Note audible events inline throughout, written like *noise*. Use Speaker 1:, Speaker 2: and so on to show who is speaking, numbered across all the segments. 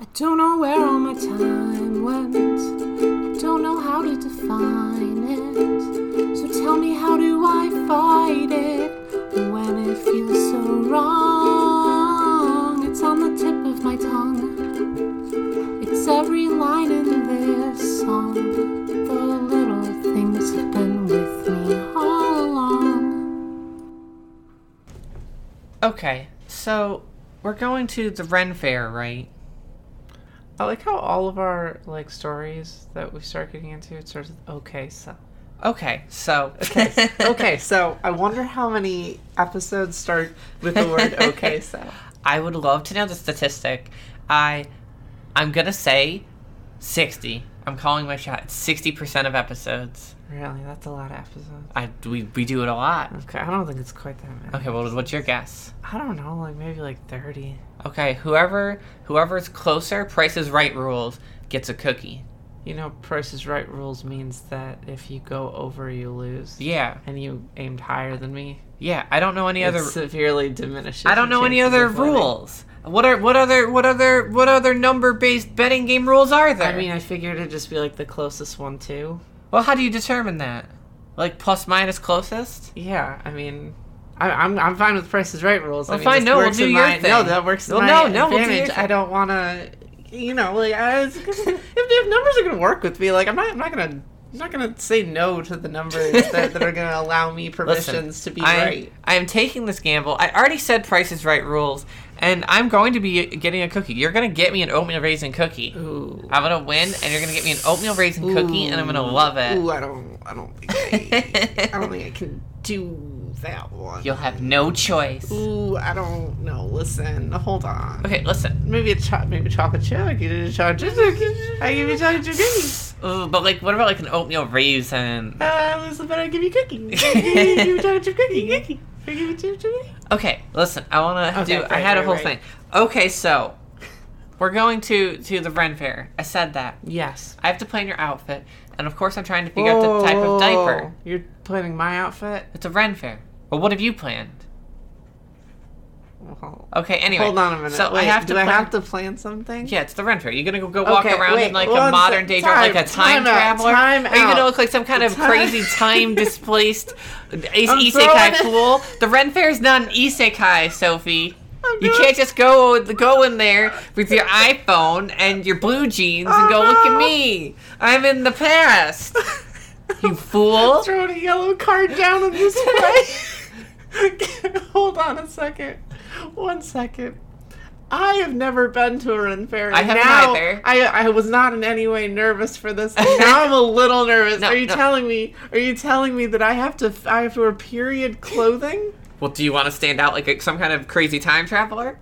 Speaker 1: I don't know where all my time went. I don't know how to define it. So tell me, how do I fight it when it feels so wrong? It's on the tip of my tongue. It's every line in this song. The little things have been with me all along.
Speaker 2: Okay, so we're going to the Ren Fair, right? I like how all of our like stories that we start getting into it starts with
Speaker 3: *laughs*
Speaker 2: okay, so okay, so okay, so, okay, so I wonder how many episodes start with the word okay,
Speaker 3: *laughs*
Speaker 2: so
Speaker 3: I would love to know the statistic. I I'm gonna say sixty. I'm calling my shot. Sixty percent of episodes.
Speaker 2: really that's a lot of episodes.
Speaker 3: I we we do it a lot.
Speaker 2: Okay, I don't think it's quite that many.
Speaker 3: Okay, well, what's your guess?
Speaker 2: I don't know, like maybe like thirty.
Speaker 3: Okay, whoever whoever's closer, Price is Right rules gets a cookie.
Speaker 2: You know, Price is Right rules means that if you go over, you lose.
Speaker 3: Yeah,
Speaker 2: And you aimed higher than me.
Speaker 3: yeah. I don't know any
Speaker 2: It
Speaker 3: other.
Speaker 2: severely diminishes.
Speaker 3: I don't
Speaker 2: your
Speaker 3: know any
Speaker 2: chances
Speaker 3: other
Speaker 2: of winning.
Speaker 3: rules. What are what other what other what other number based betting game rules are there?
Speaker 2: I mean, I figured it'd just be like the closest one too.
Speaker 3: well, how do you determine that? Like plus minus closest?
Speaker 2: Yeah, I mean, I, I'm I'm fine with Price is Right rules. I
Speaker 3: Well,
Speaker 2: mean,
Speaker 3: fine,
Speaker 2: this
Speaker 3: no, we'll
Speaker 2: works
Speaker 3: do
Speaker 2: in
Speaker 3: your
Speaker 2: my-
Speaker 3: thing.
Speaker 2: No, that works. in
Speaker 3: Well,
Speaker 2: my
Speaker 3: no, no, we'll do your
Speaker 2: advantage. I
Speaker 3: thing.
Speaker 2: don't want to. You know, like
Speaker 3: *laughs*
Speaker 2: I was, if, if numbers are gonna work with me, like I'm not, I'm not gonna. I'm not gonna say no to the numbers that, that
Speaker 3: *laughs*
Speaker 2: are gonna allow me permissions to be
Speaker 3: I,
Speaker 2: right.
Speaker 3: I am taking this gamble. I already said Price is Right rules, and I'm going to be getting a cookie. You're gonna get me an oatmeal raisin cookie.
Speaker 2: Ooh.
Speaker 3: I'm gonna win, and you're gonna get me an oatmeal raisin cookie, and I'm gonna love it.
Speaker 2: Ooh, I don't, I don't
Speaker 3: *laughs*
Speaker 2: think, I, I don't think I can do that one.
Speaker 3: You'll have no choice.
Speaker 2: Ooh, I don't know. Listen, hold on.
Speaker 3: Okay, listen.
Speaker 2: Maybe a cho- maybe chocolate chip. I give you a chocolate chip. I give you chocolate chip cookies.
Speaker 3: Ooh, but like, what about like an oatmeal raisin?
Speaker 2: Uh, listen, but I give
Speaker 3: *laughs*
Speaker 2: you cookies. I give you- give you chocolate chip cookie. Cookie. I give you chip chip.
Speaker 3: Okay, listen. I wanna
Speaker 2: Okay,
Speaker 3: do. I
Speaker 2: right,
Speaker 3: had a
Speaker 2: right,
Speaker 3: whole
Speaker 2: right.
Speaker 3: thing. Okay, so we're going to to the Ren Fair. I said that.
Speaker 2: Yes.
Speaker 3: I have to plan your outfit, and of course, I'm trying to figure out the type of diaper.
Speaker 2: Oh, You're planning my outfit.
Speaker 3: It's a Ren Fair. Well, what have you planned?
Speaker 2: Well,
Speaker 3: Okay, anyway.
Speaker 2: Oh. hold on a minute.
Speaker 3: So
Speaker 2: Wait,
Speaker 3: I have to.
Speaker 2: do I
Speaker 3: plan-
Speaker 2: have to plan something? *laughs*
Speaker 3: Yeah, it's the Ren Fair. You're gonna go, go walk
Speaker 2: Okay,
Speaker 3: around
Speaker 2: wait,
Speaker 3: in like
Speaker 2: one
Speaker 3: a
Speaker 2: sec-
Speaker 3: modern day dra- like a time,
Speaker 2: time- time out,
Speaker 3: traveler.
Speaker 2: time
Speaker 3: Are you
Speaker 2: out.
Speaker 3: gonna look like some kind of
Speaker 2: Time-
Speaker 3: crazy
Speaker 2: *laughs*
Speaker 3: time displaced is-
Speaker 2: I'm
Speaker 3: isekai
Speaker 2: throwing-
Speaker 3: fool? The Ren Fair is not an isekai, Sophie.
Speaker 2: I'm
Speaker 3: You
Speaker 2: doing-
Speaker 3: can't just go go in there with your iPhone and your blue jeans and go
Speaker 2: Oh,
Speaker 3: look
Speaker 2: no.
Speaker 3: at me. I'm in the past. You fool.
Speaker 2: Throwing a yellow card down on
Speaker 3: *laughs*
Speaker 2: this way. *laughs* Hold on a second. One second. I have never been to a Ren Fair.
Speaker 3: I
Speaker 2: and
Speaker 3: haven't
Speaker 2: now
Speaker 3: either.
Speaker 2: I, I was not in any way nervous
Speaker 3: *laughs*
Speaker 2: for this. and now I'm a little nervous.
Speaker 3: No,
Speaker 2: are you
Speaker 3: no.
Speaker 2: telling me? Are you telling me that I have to? I have to wear period clothing?
Speaker 3: *laughs* Well, do you want to stand out like a, some kind of crazy time traveler?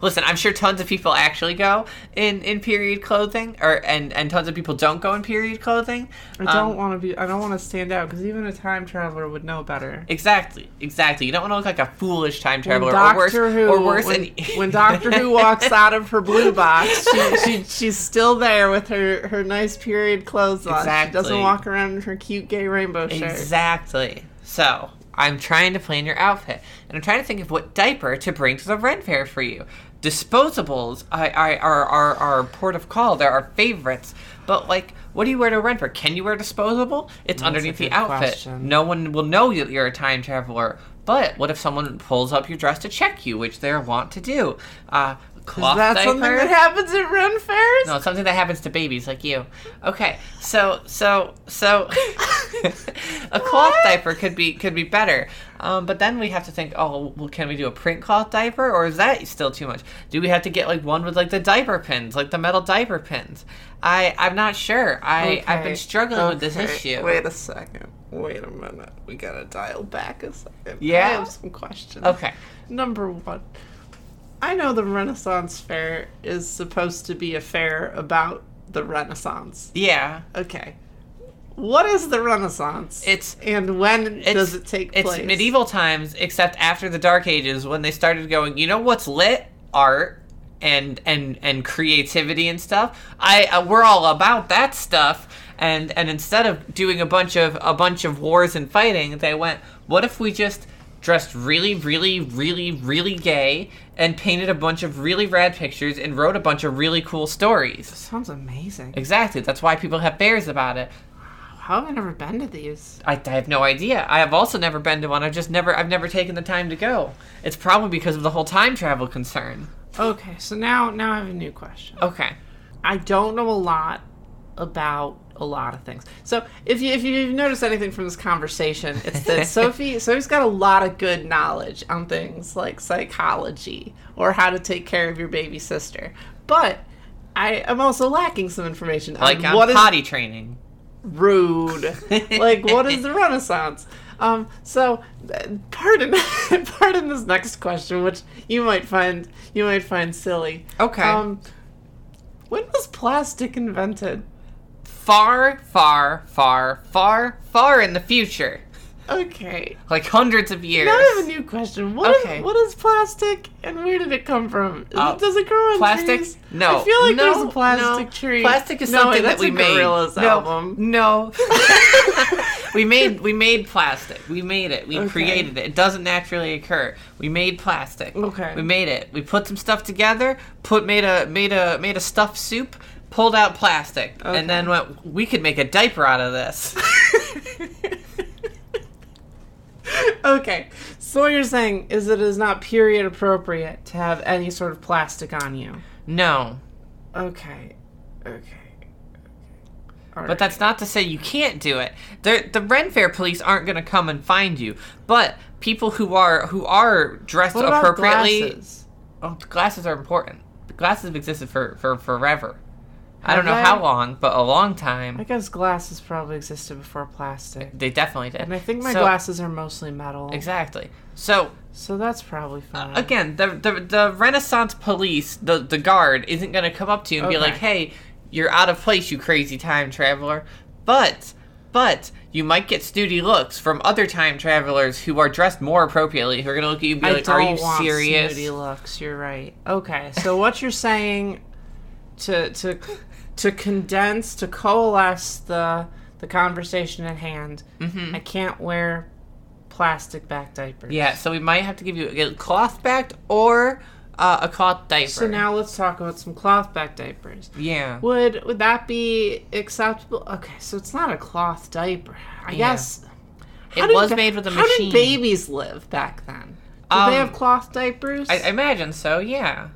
Speaker 3: Listen, I'm sure tons of people actually go in, in period clothing, or and, and tons of people don't go in period clothing. Um,
Speaker 2: I don't want to be. I don't want to stand out because even a time traveler would know better.
Speaker 3: Exactly, exactly. You don't want to look like a foolish time traveler, or worse,
Speaker 2: Doctor Who,
Speaker 3: or worse.
Speaker 2: when,
Speaker 3: *laughs* an-
Speaker 2: when Doctor Who walks out of her blue box, she, she, she's still there with her, her nice period clothes on. She doesn't
Speaker 3: Exactly.
Speaker 2: walk around in her cute gay rainbow shirt.
Speaker 3: Exactly. So I'm trying to plan your outfit, and I'm trying to think of what diaper to bring to the Ren Fair for you. Disposables I, I, are, are our port of call. They're our favorites. But like, what do you wear to a Ren Fair? Can you wear disposable? It's underneath the
Speaker 2: good
Speaker 3: outfit.
Speaker 2: question.
Speaker 3: No one will know that you're a time traveler. But what if someone pulls up your dress to check you, which they're wont to do? Uh, cloth
Speaker 2: Is that
Speaker 3: diaper.
Speaker 2: something that happens at Ren fairs?
Speaker 3: No, it's something that happens to babies like you. Okay, so so so, *laughs* a cloth diaper could be could be better. Um, but then we have to think. Oh, well, can we do a print cloth diaper, or is that still too much? Do we have to get like one with like the diaper pins, like the metal diaper pins? I I'm not sure. I I've
Speaker 2: Okay,
Speaker 3: been struggling with this
Speaker 2: okay,
Speaker 3: issue.
Speaker 2: Wait a second. Wait a minute. We gotta dial back a second. I
Speaker 3: Yeah?
Speaker 2: have some questions.
Speaker 3: Okay.
Speaker 2: Number one, I know the Renaissance Fair is supposed to be a fair about the Renaissance.
Speaker 3: Yeah.
Speaker 2: Okay. What is the Renaissance?
Speaker 3: It's-
Speaker 2: and when
Speaker 3: It's-
Speaker 2: does it take
Speaker 3: it's
Speaker 2: place?
Speaker 3: medieval times, except after the Dark Ages, when they started going, you know what's lit? Art and and and creativity and stuff. I uh, we're all about that stuff. And and instead of doing a bunch of a bunch of wars and fighting, they went, what if we just dressed really, really, really, really gay and painted a bunch of really rad pictures and wrote a bunch of really cool stories.
Speaker 2: Sounds amazing.
Speaker 3: Exactly. That's why people have bears about it.
Speaker 2: How have I never been to these?
Speaker 3: I, I have no idea. I have also never been to one. I've just never I've never taken the time to go. It's probably because of the whole time travel concern.
Speaker 2: Okay, so now now I have a new question.
Speaker 3: Okay.
Speaker 2: I don't know a lot about a lot of things. So if you if you've noticed anything from this conversation, it's
Speaker 3: *laughs*
Speaker 2: that Sophie Sophie's got a lot of good knowledge on things like psychology or how to take care of your baby sister. But I am also lacking some information
Speaker 3: Like
Speaker 2: on
Speaker 3: on
Speaker 2: what is
Speaker 3: potty training. *laughs*
Speaker 2: rude. like, what is the Renaissance? Um, so, uh, pardon, *laughs* pardon this next question, which you might find you might find silly.
Speaker 3: Okay.
Speaker 2: Um, when was plastic invented?
Speaker 3: far, far, far, far, far in the future.
Speaker 2: Okay.
Speaker 3: Like hundreds of years.
Speaker 2: Now I have a new question. What is-
Speaker 3: Okay.
Speaker 2: what is plastic, and where did it come from? Is it-
Speaker 3: Uh,
Speaker 2: Does it grow on
Speaker 3: plastic?
Speaker 2: trees?
Speaker 3: No.
Speaker 2: I feel like
Speaker 3: no,
Speaker 2: there's a plastic
Speaker 3: no.
Speaker 2: tree.
Speaker 3: Plastic is
Speaker 2: No,
Speaker 3: something that
Speaker 2: that's
Speaker 3: we
Speaker 2: a
Speaker 3: made.
Speaker 2: Gorillaz
Speaker 3: no,
Speaker 2: album. *laughs*
Speaker 3: No. *laughs* we made we made plastic. We made it. We
Speaker 2: Okay.
Speaker 3: created it. It doesn't naturally occur. We made plastic.
Speaker 2: Okay.
Speaker 3: We made it. We put some stuff together, put made a made a made a stuffed soup, pulled out plastic,
Speaker 2: Okay.
Speaker 3: and then went we could make a diaper out of this. *laughs*
Speaker 2: *laughs* okay, so what you're saying is that it is not period appropriate to have any sort of plastic on you.
Speaker 3: no.
Speaker 2: Okay, okay. All
Speaker 3: But that's not to say you can't do it. They're, the Ren Fair police aren't going to come and find you. But people who are who are dressed
Speaker 2: What about
Speaker 3: appropriately,
Speaker 2: glasses?
Speaker 3: Oh, glasses are important. Glasses have existed for, for forever. I don't know
Speaker 2: Have
Speaker 3: how
Speaker 2: they?
Speaker 3: long, but a long
Speaker 2: I
Speaker 3: time.
Speaker 2: guess glasses probably existed before plastic,
Speaker 3: They definitely did.
Speaker 2: and I think my
Speaker 3: So-
Speaker 2: glasses are mostly metal.
Speaker 3: Exactly. So
Speaker 2: So that's probably fine.
Speaker 3: again, the the, the Renaissance police, the the guard, isn't going to come up to you and be
Speaker 2: Okay.
Speaker 3: like, "Hey, you're out of place, you crazy time traveler." But but you might get snooty looks from other time travelers who are dressed more appropriately. Who are going to look at you and be
Speaker 2: I
Speaker 3: like,
Speaker 2: don't
Speaker 3: "Are you
Speaker 2: want
Speaker 3: serious?"
Speaker 2: snooty looks. You're right. Okay, so what you're saying to to to condense to coalesce the the conversation at hand. I can't wear plastic back diapers.
Speaker 3: Mm-hmm. Yeah. So we might have to give you a cloth backed or uh, a cloth diaper.
Speaker 2: So now let's talk about some cloth back diapers.
Speaker 3: Yeah.
Speaker 2: Would would that be acceptable? Okay, so it's not a cloth diaper. I
Speaker 3: Yeah.
Speaker 2: guess how
Speaker 3: It
Speaker 2: did
Speaker 3: was
Speaker 2: ba-
Speaker 3: made with a
Speaker 2: How
Speaker 3: machine.
Speaker 2: did babies live back then? Did
Speaker 3: Um,
Speaker 2: they have cloth diapers?
Speaker 3: I, I imagine so. Yeah.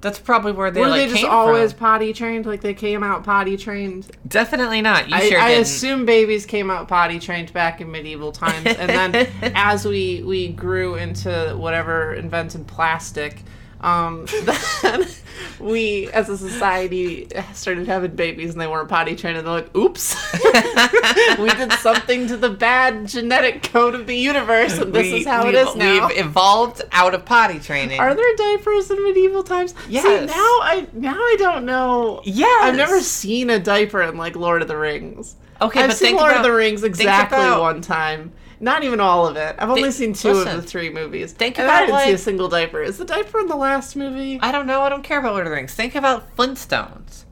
Speaker 3: That's probably where they
Speaker 2: Were
Speaker 3: like
Speaker 2: they just
Speaker 3: came
Speaker 2: always
Speaker 3: from.
Speaker 2: potty trained? Like they came out potty trained?
Speaker 3: Definitely not. You
Speaker 2: I,
Speaker 3: sure
Speaker 2: I
Speaker 3: didn't.
Speaker 2: assume babies came out potty trained back in medieval times,
Speaker 3: *laughs*
Speaker 2: and then as we we grew into whatever invented plastic, um, *laughs* then we as a society started having babies, and they weren't potty trained, and they're like, "Oops, *laughs* we did something to the bad genetic code of the universe, and this
Speaker 3: We-
Speaker 2: is how
Speaker 3: we-
Speaker 2: it is now."
Speaker 3: We've evolved out of potty training.
Speaker 2: Are there diapers in medieval times? See,
Speaker 3: Yes.
Speaker 2: now I now I don't know.
Speaker 3: Yes.
Speaker 2: I've never seen a diaper in like Lord of the Rings.
Speaker 3: Okay,
Speaker 2: I've
Speaker 3: but
Speaker 2: seen
Speaker 3: think
Speaker 2: Lord of
Speaker 3: about-
Speaker 2: the Rings exactly
Speaker 3: about-
Speaker 2: one time. Not even all of it. I've only seen two of
Speaker 3: listen.
Speaker 2: the three movies.
Speaker 3: Think
Speaker 2: and I
Speaker 3: about,
Speaker 2: didn't see a
Speaker 3: like-
Speaker 2: single diaper. Is the diaper in the last movie?
Speaker 3: I don't know. I don't care about Lord of the Rings. Think about Flintstones.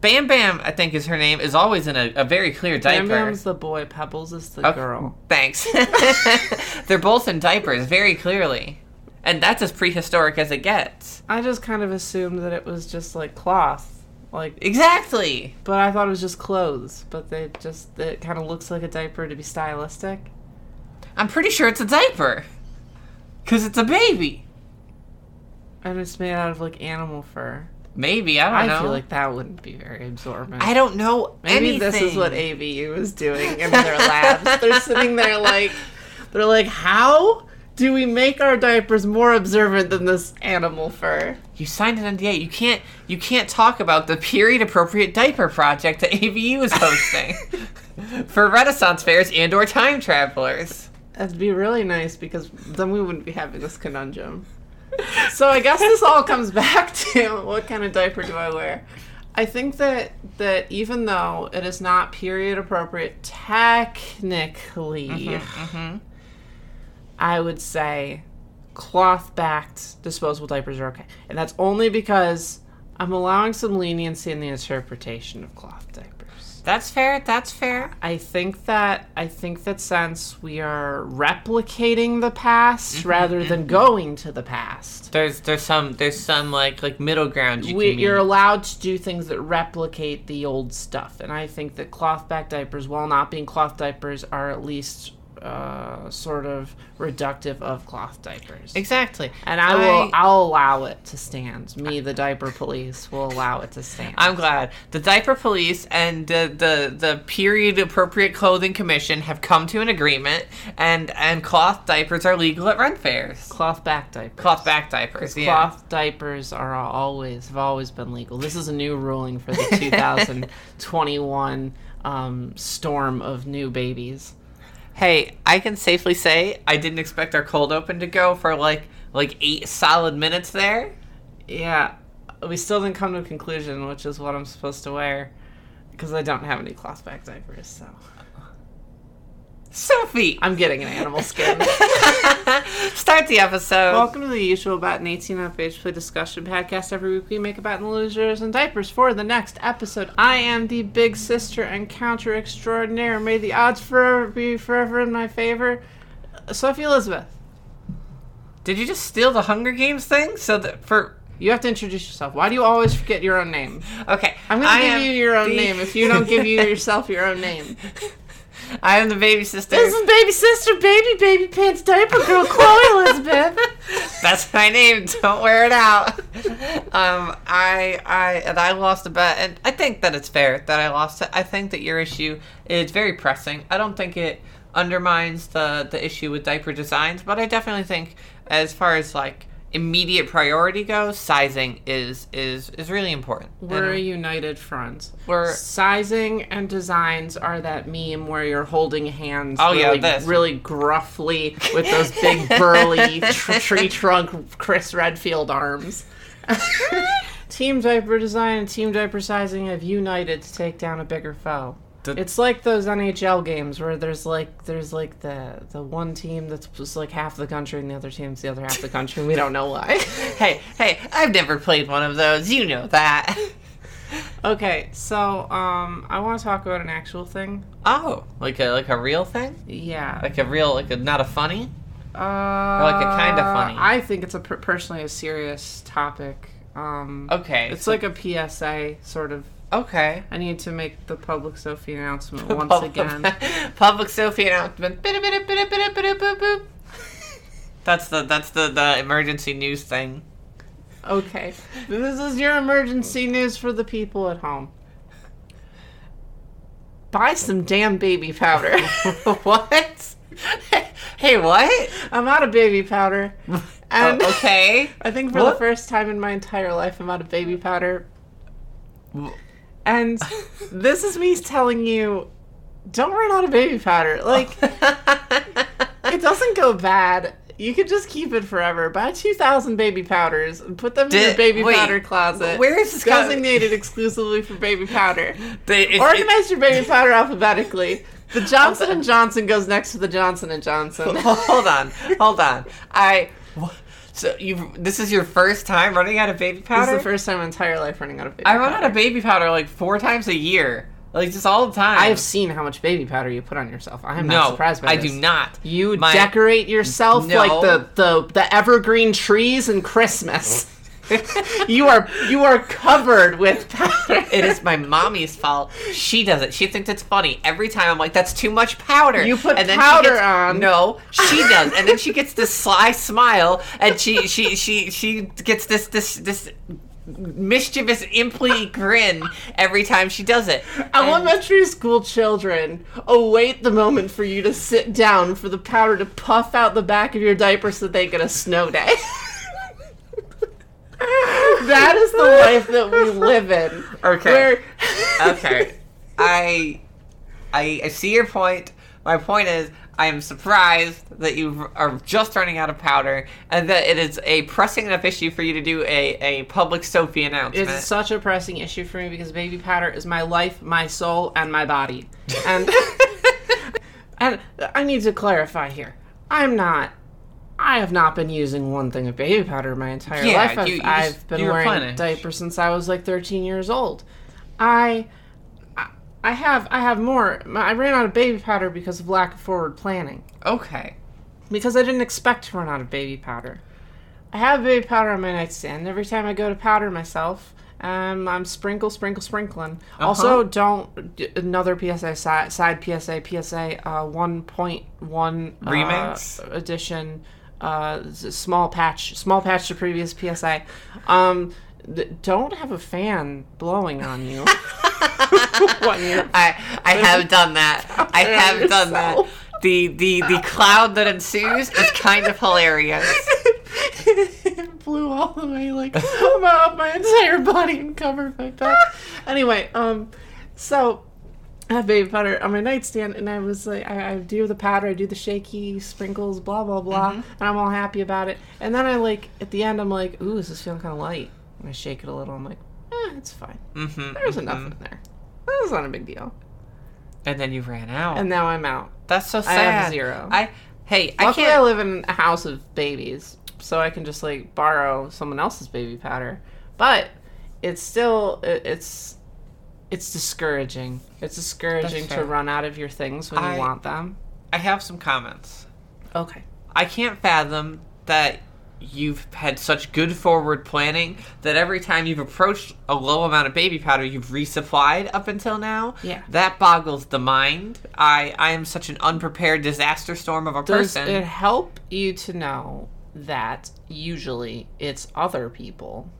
Speaker 3: Bam Bam, I think is her name, is always in a, a very clear diaper.
Speaker 2: Bam Bam's the boy. Pebbles is the
Speaker 3: Okay,
Speaker 2: girl.
Speaker 3: Thanks. *laughs* They're both in diapers, very clearly. And that's as prehistoric as it gets.
Speaker 2: I just kind of assumed that it was just like cloth, like.
Speaker 3: Exactly.
Speaker 2: But I thought it was just clothes. But they just it kind of looks like a diaper to be stylistic.
Speaker 3: I'm pretty sure it's a diaper. Because it's a baby.
Speaker 2: And it's made out of like animal fur.
Speaker 3: Maybe, I
Speaker 2: I
Speaker 3: don't know.
Speaker 2: feel like that wouldn't be very absorbent.
Speaker 3: I don't know
Speaker 2: Maybe
Speaker 3: anything.
Speaker 2: this is what ABU is doing in their labs. They're sitting there like, they're like, how do we make our diapers more observant than this animal fur?
Speaker 3: You signed an NDA. You can't you can't talk about the period appropriate diaper project that AVU is *laughs* hosting for Renaissance fairs and or time travelers.
Speaker 2: That'd be really nice because then we wouldn't be having this conundrum. So I guess this all comes back to *laughs* what kind of diaper do I wear? I think that that even though it is not period appropriate technically, I would say cloth backed disposable diapers are okay. And that's only because I'm allowing some leniency in the interpretation of cloth diapers.
Speaker 3: That's fair. That's fair.
Speaker 2: I think that I think that since we are replicating the past
Speaker 3: Mm-hmm,
Speaker 2: rather than going to the past,
Speaker 3: There's there's some there's some like like middle ground you
Speaker 2: we,
Speaker 3: can
Speaker 2: you're
Speaker 3: meet.
Speaker 2: allowed to do things that replicate the old stuff, and I think that cloth back diapers, while not being cloth diapers, are at least uh, sort of reductive of cloth diapers.
Speaker 3: Exactly.
Speaker 2: and I will,
Speaker 3: I-
Speaker 2: I'll allow it to stand. Me, the diaper police, will allow it to stand.
Speaker 3: I'm glad the diaper police and the the, the period appropriate clothing commission have come to an agreement, and and cloth diapers are legal at run fairs.
Speaker 2: cloth back diapers.
Speaker 3: Cloth back diapers. Yeah.
Speaker 2: Cloth diapers are always have always been legal. This is a new ruling for *laughs* the 2021 um, storm of new babies.
Speaker 3: Hey, I can safely say I didn't expect our cold open to go for like like eight solid minutes there.
Speaker 2: Yeah, we still didn't come to a conclusion, which is what I'm supposed to wear because I don't have any cloth back diapers. So
Speaker 3: Sophie,
Speaker 2: I'm getting an animal *laughs* skin.
Speaker 3: *laughs* start the episode.
Speaker 2: Welcome to the usual Bat and 18 on Page Play discussion podcast. Every week we make a bat and losers and diapers for the next episode. I am the big sister and counter extraordinaire. May the odds forever be forever in my favor. Sophie Elizabeth,
Speaker 3: Did you just steal the Hunger Games thing? So that for
Speaker 2: you have to introduce yourself. Why do you always forget your own name?
Speaker 3: okay,
Speaker 2: I'm going
Speaker 3: I
Speaker 2: to give
Speaker 3: am
Speaker 2: you your own
Speaker 3: the-
Speaker 2: name if you
Speaker 3: *laughs*
Speaker 2: don't *laughs* give you yourself your own name.
Speaker 3: I am the baby sister.
Speaker 2: This is baby sister, baby, baby pants, diaper girl, Chloe Elizabeth. *laughs*
Speaker 3: That's my name. Don't wear it out. Um, I, I, and I lost a bet, and I think that it's fair that I lost it. I think that your issue is very pressing. I don't think it undermines the the issue with diaper designs, but I definitely think, as far as like immediate priority goes, sizing is is is really important.
Speaker 2: We're a
Speaker 3: And
Speaker 2: united front.
Speaker 3: we're
Speaker 2: Sizing and designs are that meme where you're holding hands
Speaker 3: Oh,
Speaker 2: really,
Speaker 3: yeah, this.
Speaker 2: really gruffly with those big
Speaker 3: *laughs*
Speaker 2: burly tr- tree trunk Chris Redfield arms. *laughs* team diaper design and team diaper sizing have united to take down a bigger foe.
Speaker 3: The-
Speaker 2: it's like those NHL games where there's like there's like the the one team that's just like half the country and the other team's the other half the country and we don't know why. *laughs*
Speaker 3: hey hey. I've never played one of those. You know that. *laughs*
Speaker 2: okay, so um I want to talk about an actual thing.
Speaker 3: Oh, like a like a real thing,
Speaker 2: Yeah.
Speaker 3: like a real like a not a funny.
Speaker 2: Uh,
Speaker 3: like, a kinda funny.
Speaker 2: I think it's a per- personally a serious topic. Um,
Speaker 3: Okay,
Speaker 2: It's like a PSA sort of.
Speaker 3: okay.
Speaker 2: I need to make the public Sophie announcement once
Speaker 3: Public-
Speaker 2: *laughs* again.
Speaker 3: Public Sophie announcement. Bida, bida, bida, bida, bida, boop, boop. That's the that's the, the emergency news thing.
Speaker 2: Okay, this is your emergency news for the people at home. Buy some damn baby powder. *laughs*
Speaker 3: what? *laughs* hey, what?
Speaker 2: I'm out of baby powder, and
Speaker 3: Oh, okay.
Speaker 2: *laughs* I think for the
Speaker 3: What?
Speaker 2: first time in my entire life, I'm out of baby powder.
Speaker 3: W-
Speaker 2: And this is me telling you, don't run out of baby powder.
Speaker 3: Oh. *laughs*
Speaker 2: Like, it doesn't go bad. You could just keep it forever. Buy 2,000 baby powders and put them in your
Speaker 3: Did-
Speaker 2: baby
Speaker 3: wait,
Speaker 2: powder closet.
Speaker 3: where is this going?
Speaker 2: Designated exclusively for baby powder.
Speaker 3: The- it- it-
Speaker 2: Organize your baby powder alphabetically. The Johnson and Johnson goes next to the Johnson and
Speaker 3: *laughs*
Speaker 2: Johnson.
Speaker 3: hold on, hold on. I. wha- So you this is your first time running out of baby
Speaker 2: This
Speaker 3: powder.
Speaker 2: is the first time in my entire life running out of baby
Speaker 3: I
Speaker 2: powder.
Speaker 3: run out of baby powder like four times a year, like just all the time.
Speaker 2: I have seen how much baby powder you put on yourself. I am not
Speaker 3: no,
Speaker 2: surprised by
Speaker 3: I
Speaker 2: this.
Speaker 3: do not.
Speaker 2: You
Speaker 3: My-
Speaker 2: decorate yourself
Speaker 3: No.
Speaker 2: like the, the the evergreen trees and Christmas. *laughs*
Speaker 3: *laughs*
Speaker 2: you are you are covered with powder.
Speaker 3: It is my mommy's fault. She does it. She thinks it's funny. Every time I'm like, that's too much powder.
Speaker 2: You put
Speaker 3: she
Speaker 2: powder
Speaker 3: gets-
Speaker 2: on.
Speaker 3: No, she does. And then she gets this sly smile and she she she she gets this this this mischievous imply grin every time she does it.
Speaker 2: *laughs* Elementary school children await the moment for you to sit down for the powder to puff out the back of your diaper so they get a snow day. *laughs* that is the life that we live in.
Speaker 3: *laughs* Okay. Uh,
Speaker 2: Where-
Speaker 3: okay. I, I I see your point. My point is I am surprised that you are just running out of powder and that it is a pressing enough issue for you to do a, a public Sophie announcement.
Speaker 2: It's such a pressing issue for me because baby powder is my life, my soul, and
Speaker 3: *laughs*
Speaker 2: my body. And and I need to clarify here. I'm not I have not been using one thing of baby powder my entire
Speaker 3: Yeah,
Speaker 2: life. I've,
Speaker 3: you- you
Speaker 2: I've
Speaker 3: just-
Speaker 2: been
Speaker 3: you
Speaker 2: wearing
Speaker 3: replenish.
Speaker 2: diapers since I was like 13 years old. I, I I have I have more. My- I ran out of baby powder because of lack of forward planning.
Speaker 1: Okay.
Speaker 2: Because I didn't expect to run out of baby powder. I have baby powder on my nightstand. Every time I go to powder myself, um, I'm sprinkle, sprinkle, sprinkling. Also, don't d- another PSA side, side PSA PSA uh, 1.1 uh,
Speaker 1: Remix?
Speaker 2: edition, uh, s- small patch, small patch to previous PSA. Um, th- don't have a fan blowing on you. *laughs* One year.
Speaker 3: I I have done
Speaker 2: *laughs*
Speaker 3: that. I have done that.
Speaker 2: yourself.
Speaker 3: The the the cloud that ensues is kind of hilarious.
Speaker 2: *laughs* it *laughs* blew all the way like *laughs* up my entire body and covered
Speaker 3: *laughs*
Speaker 2: my back. Anyway, um, so I have baby powder on my nightstand, and I was like, I, I do the powder, I do the shaky sprinkles, blah blah blah,
Speaker 3: Mm-hmm.
Speaker 2: and I'm all happy about it. And then I like at the end, I'm like, ooh, is this feeling kind of light? And I shake it a little. I'm like, eh, it's fine.
Speaker 3: hmm
Speaker 2: There's enough in there. That was not a big deal.
Speaker 3: And then you ran out.
Speaker 2: And now I'm out.
Speaker 3: That's so
Speaker 2: I
Speaker 3: sad.
Speaker 2: have zero.
Speaker 3: I hey, I
Speaker 2: Luckily, I,
Speaker 3: can't.
Speaker 2: live in a house of babies, so I can just like borrow someone else's baby powder. But it's still it, it's it's discouraging. It's discouraging to
Speaker 3: fair.
Speaker 2: run out of your things when
Speaker 3: I-
Speaker 2: you want them.
Speaker 3: I have some comments.
Speaker 2: Okay.
Speaker 3: I can't fathom that you've had such good forward planning that every time you've approached a low amount of baby powder you've resupplied up until now
Speaker 2: Yeah.
Speaker 3: that boggles the mind i i am such an unprepared disaster storm of a
Speaker 2: Does
Speaker 3: person
Speaker 2: it help you to know that usually it's other people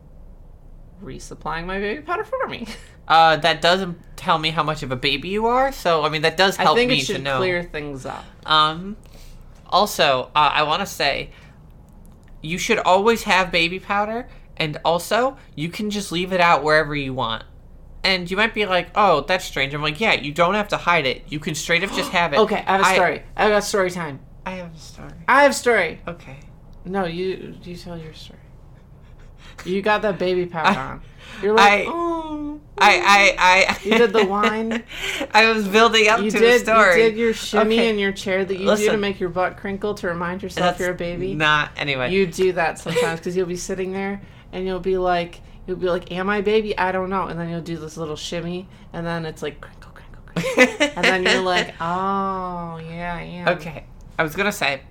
Speaker 2: resupplying my baby powder for me? *laughs*
Speaker 3: uh that doesn't tell me how much of a baby you are so i mean that does help
Speaker 2: I think
Speaker 3: me
Speaker 2: it
Speaker 3: to
Speaker 2: should
Speaker 3: know
Speaker 2: clear things up.
Speaker 3: Um, also, uh, I want to say you should always have baby powder, and also you can just leave it out wherever you want. And you might be like, "Oh, that's strange." I'm like, "Yeah, you don't have to hide it. You can straight up just have it."
Speaker 2: *gasps* Okay, I have a story. I, got story time.
Speaker 3: I, have a story.
Speaker 2: I have story.
Speaker 3: Okay.
Speaker 2: No, you you tell your story. You got
Speaker 3: *laughs*
Speaker 2: that baby powder on. You're
Speaker 3: I-
Speaker 2: like, oh,
Speaker 3: I I I.
Speaker 2: You did the wine.
Speaker 3: *laughs* I was building up
Speaker 2: you
Speaker 3: to
Speaker 2: did
Speaker 3: the story.
Speaker 2: you did your shimmy
Speaker 3: Okay.
Speaker 2: in your chair that you do to
Speaker 3: Listen.
Speaker 2: make your butt crinkle to remind yourself
Speaker 3: That's
Speaker 2: you're a baby.
Speaker 3: Not anyway. *laughs*
Speaker 2: You do that sometimes because you'll be sitting there and you'll be like, you'll be like, am I baby? I don't know. And then you'll do this little shimmy, and then it's like crinkle, crinkle, crinkle.
Speaker 3: *laughs*
Speaker 2: And then you're like, oh yeah, I am.
Speaker 3: Okay. I was gonna say,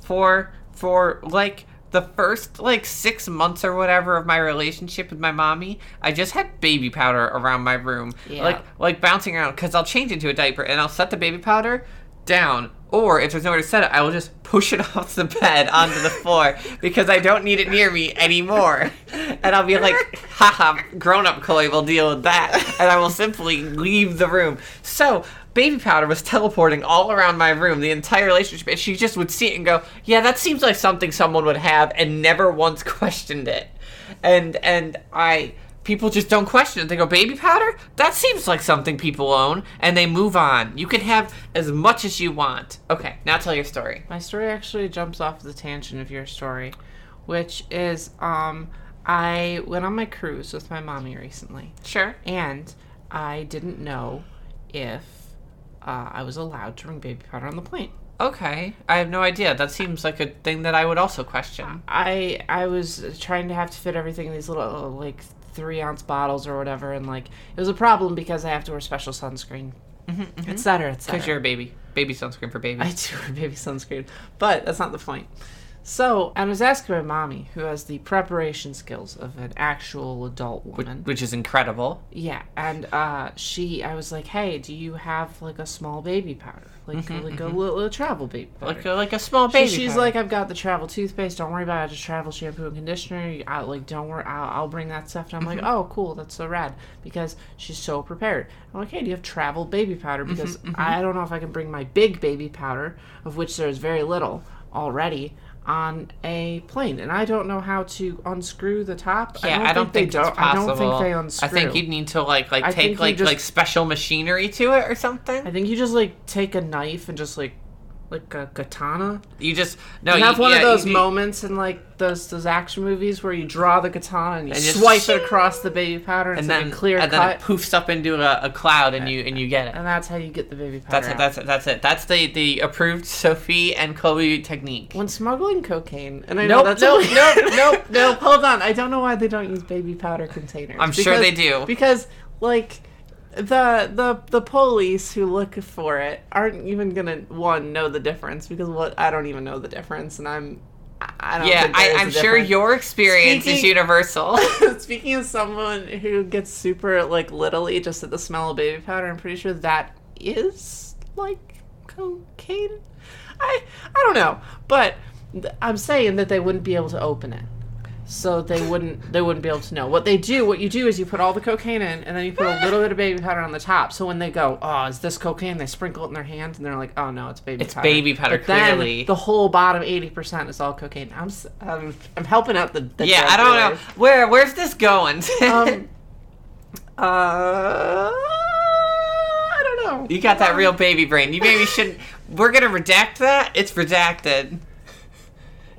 Speaker 3: for for like the first like six months or whatever of my relationship with my mommy, I just had baby powder around my room,
Speaker 2: Yeah.
Speaker 3: like like bouncing around. Cause I'll change into a diaper and I'll set the baby powder down, or if there's nowhere to set it, I will just push it *laughs* off the bed onto the floor because I don't need it near me anymore. And I'll be like, haha, grown up Chloe will deal with that. And I will simply leave the room. So, baby powder was teleporting all around my room the entire relationship. And she just would see it and go, yeah, that seems like something someone would have and never once *laughs* questioned it. And, and I. People just don't question it. They go, baby powder? That seems like something people own. And they move on. You can have as much as you want. Okay, now tell your story.
Speaker 2: My story actually jumps off the tangent of your story, which is um I went on my cruise with my mommy recently,
Speaker 3: Sure.
Speaker 2: and I didn't know if uh, I was allowed to bring baby powder on the plane.
Speaker 3: Okay. I have no idea. That seems like a thing that I would also question.
Speaker 2: I I was trying to have to fit everything in these little like three ounce bottles or whatever, and like it was a problem because I have to wear special sunscreen, et cetera, et cetera.
Speaker 3: Because you're a baby. Baby sunscreen for babies.
Speaker 2: I do *laughs* wear baby sunscreen, but that's not the point. So I was asking my mommy, who has the preparation skills of an actual adult woman.
Speaker 3: which is incredible.
Speaker 2: yeah, and uh, she, I was like, "Hey, do you have like a small baby powder, like like a little, little travel baby powder?"
Speaker 3: Like a, like a small
Speaker 2: She-
Speaker 3: baby.
Speaker 2: she's
Speaker 3: powder.
Speaker 2: like, "I've got the travel toothpaste. Don't worry about it. Just travel shampoo and conditioner. You- I like, don't worry. I'll, I'll bring that stuff." And I'm
Speaker 3: Mm-hmm.
Speaker 2: like, "Oh, cool. That's so rad." Because she's so prepared. I'm like, "Hey, do you have travel baby powder?"
Speaker 3: Mm-hmm,
Speaker 2: Because I don't know if I can bring my big baby powder, of which there is very little already, on a plane, and I don't know how to unscrew the top.
Speaker 3: yeah, I don't think,
Speaker 2: they
Speaker 3: it's
Speaker 2: don't. I don't
Speaker 3: possible.
Speaker 2: think they unscrew.
Speaker 3: I think you'd need to like like
Speaker 2: I think
Speaker 3: take
Speaker 2: you
Speaker 3: like
Speaker 2: just-
Speaker 3: like special machinery to it or something.
Speaker 2: I think you just like take a knife and just like, like a katana.
Speaker 3: You just no.
Speaker 2: You
Speaker 3: you,
Speaker 2: have one
Speaker 3: yeah,
Speaker 2: of
Speaker 3: you
Speaker 2: those
Speaker 3: do-
Speaker 2: moments in like those those action movies where you draw the katana and you
Speaker 3: And just
Speaker 2: swipe
Speaker 3: shing!
Speaker 2: it across the baby powder and,
Speaker 3: and
Speaker 2: it's
Speaker 3: then
Speaker 2: like a clear
Speaker 3: and then
Speaker 2: cut, Oh,
Speaker 3: it poofs up into a, a cloud and you and you get it.
Speaker 2: and that's how you get the baby powder.
Speaker 3: That's it.
Speaker 2: out.
Speaker 3: That's it. That's it. That's the the approved Sophie and Chloe technique.
Speaker 2: when smuggling cocaine, and I know
Speaker 3: Nope,
Speaker 2: that's *laughs*
Speaker 3: nope,
Speaker 2: illegal.
Speaker 3: nope, nope, nope.
Speaker 2: Hold on, I don't know why they don't use baby powder containers.
Speaker 3: I'm sure they do.
Speaker 2: because like the the the police who look for it aren't even gonna one know the difference because what I don't even know the difference, and I'm I I don't.
Speaker 3: yeah,
Speaker 2: think there
Speaker 3: I,
Speaker 2: is a
Speaker 3: I'm sure
Speaker 2: difference.
Speaker 3: your experience is
Speaker 2: Speaking- *laughs*
Speaker 3: universal. *laughs*
Speaker 2: Speaking of someone who gets super like literally just at the smell of baby powder, I'm pretty sure that is like cocaine. I I don't know, but th- I'm saying that they wouldn't be able to open it. So they wouldn't they wouldn't be able to know. What they do, what you do is you put all the cocaine in and then you put a little bit of baby powder on the top. So when they go, "Oh, is this cocaine?" they sprinkle it in their hand and they're like, "Oh no, it's baby
Speaker 3: It's
Speaker 2: powder."
Speaker 3: baby powder,
Speaker 2: But then
Speaker 3: clearly.
Speaker 2: the whole bottom 80% is all cocaine. I'm s- I'm, I'm helping out the, the
Speaker 3: yeah,
Speaker 2: drug
Speaker 3: I don't know
Speaker 2: dealers.
Speaker 3: where where's this going. *laughs*
Speaker 2: Um, uh, I don't know.
Speaker 3: you got that real baby brain. You maybe shouldn't. We're gonna redact that. It's redacted.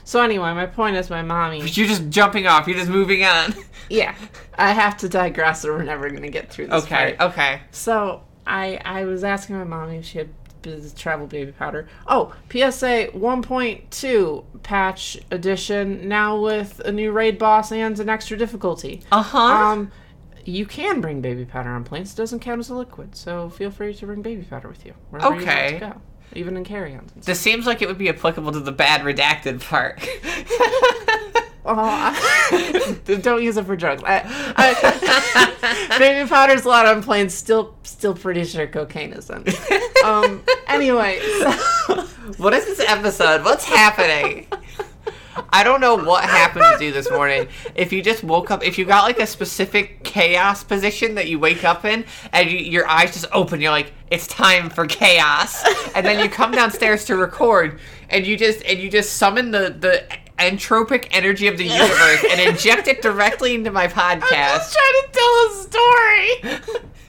Speaker 2: So anyway, my point is, my mommy.
Speaker 3: You're just jumping off. You're just moving on.
Speaker 2: Yeah, I have to digress, or we're never gonna get through
Speaker 3: *laughs*
Speaker 2: this.
Speaker 3: Okay.
Speaker 2: part.
Speaker 3: Okay.
Speaker 2: So I I was asking my mommy if she had b- travel baby powder. Oh, PSA 1.2 patch edition now with a new raid boss and an extra difficulty.
Speaker 3: Uh huh.
Speaker 2: Um, you can bring baby powder on planes. It doesn't count as a liquid, so feel free to bring baby powder with you wherever you want
Speaker 3: Okay.
Speaker 2: to go, even in carry-ons. and
Speaker 3: this seems like it would be applicable to the bad redacted part. *laughs*
Speaker 2: Oh, I- don't use it for drugs. I, I, *laughs* baby powder's a lot on planes. Still, still pretty sure cocaine isn't. *laughs* Um. Anyway, so,
Speaker 3: what is this episode? What's happening?
Speaker 2: *laughs*
Speaker 3: I don't know what happened to you this morning. If you just woke up, if you got like a specific chaos position that you wake up in and you, your eyes just open, you're like, it's time for chaos. And then you come downstairs to record and you just and you just summon the the entropic energy of the universe and inject it directly into my podcast.
Speaker 2: trying to tell a story.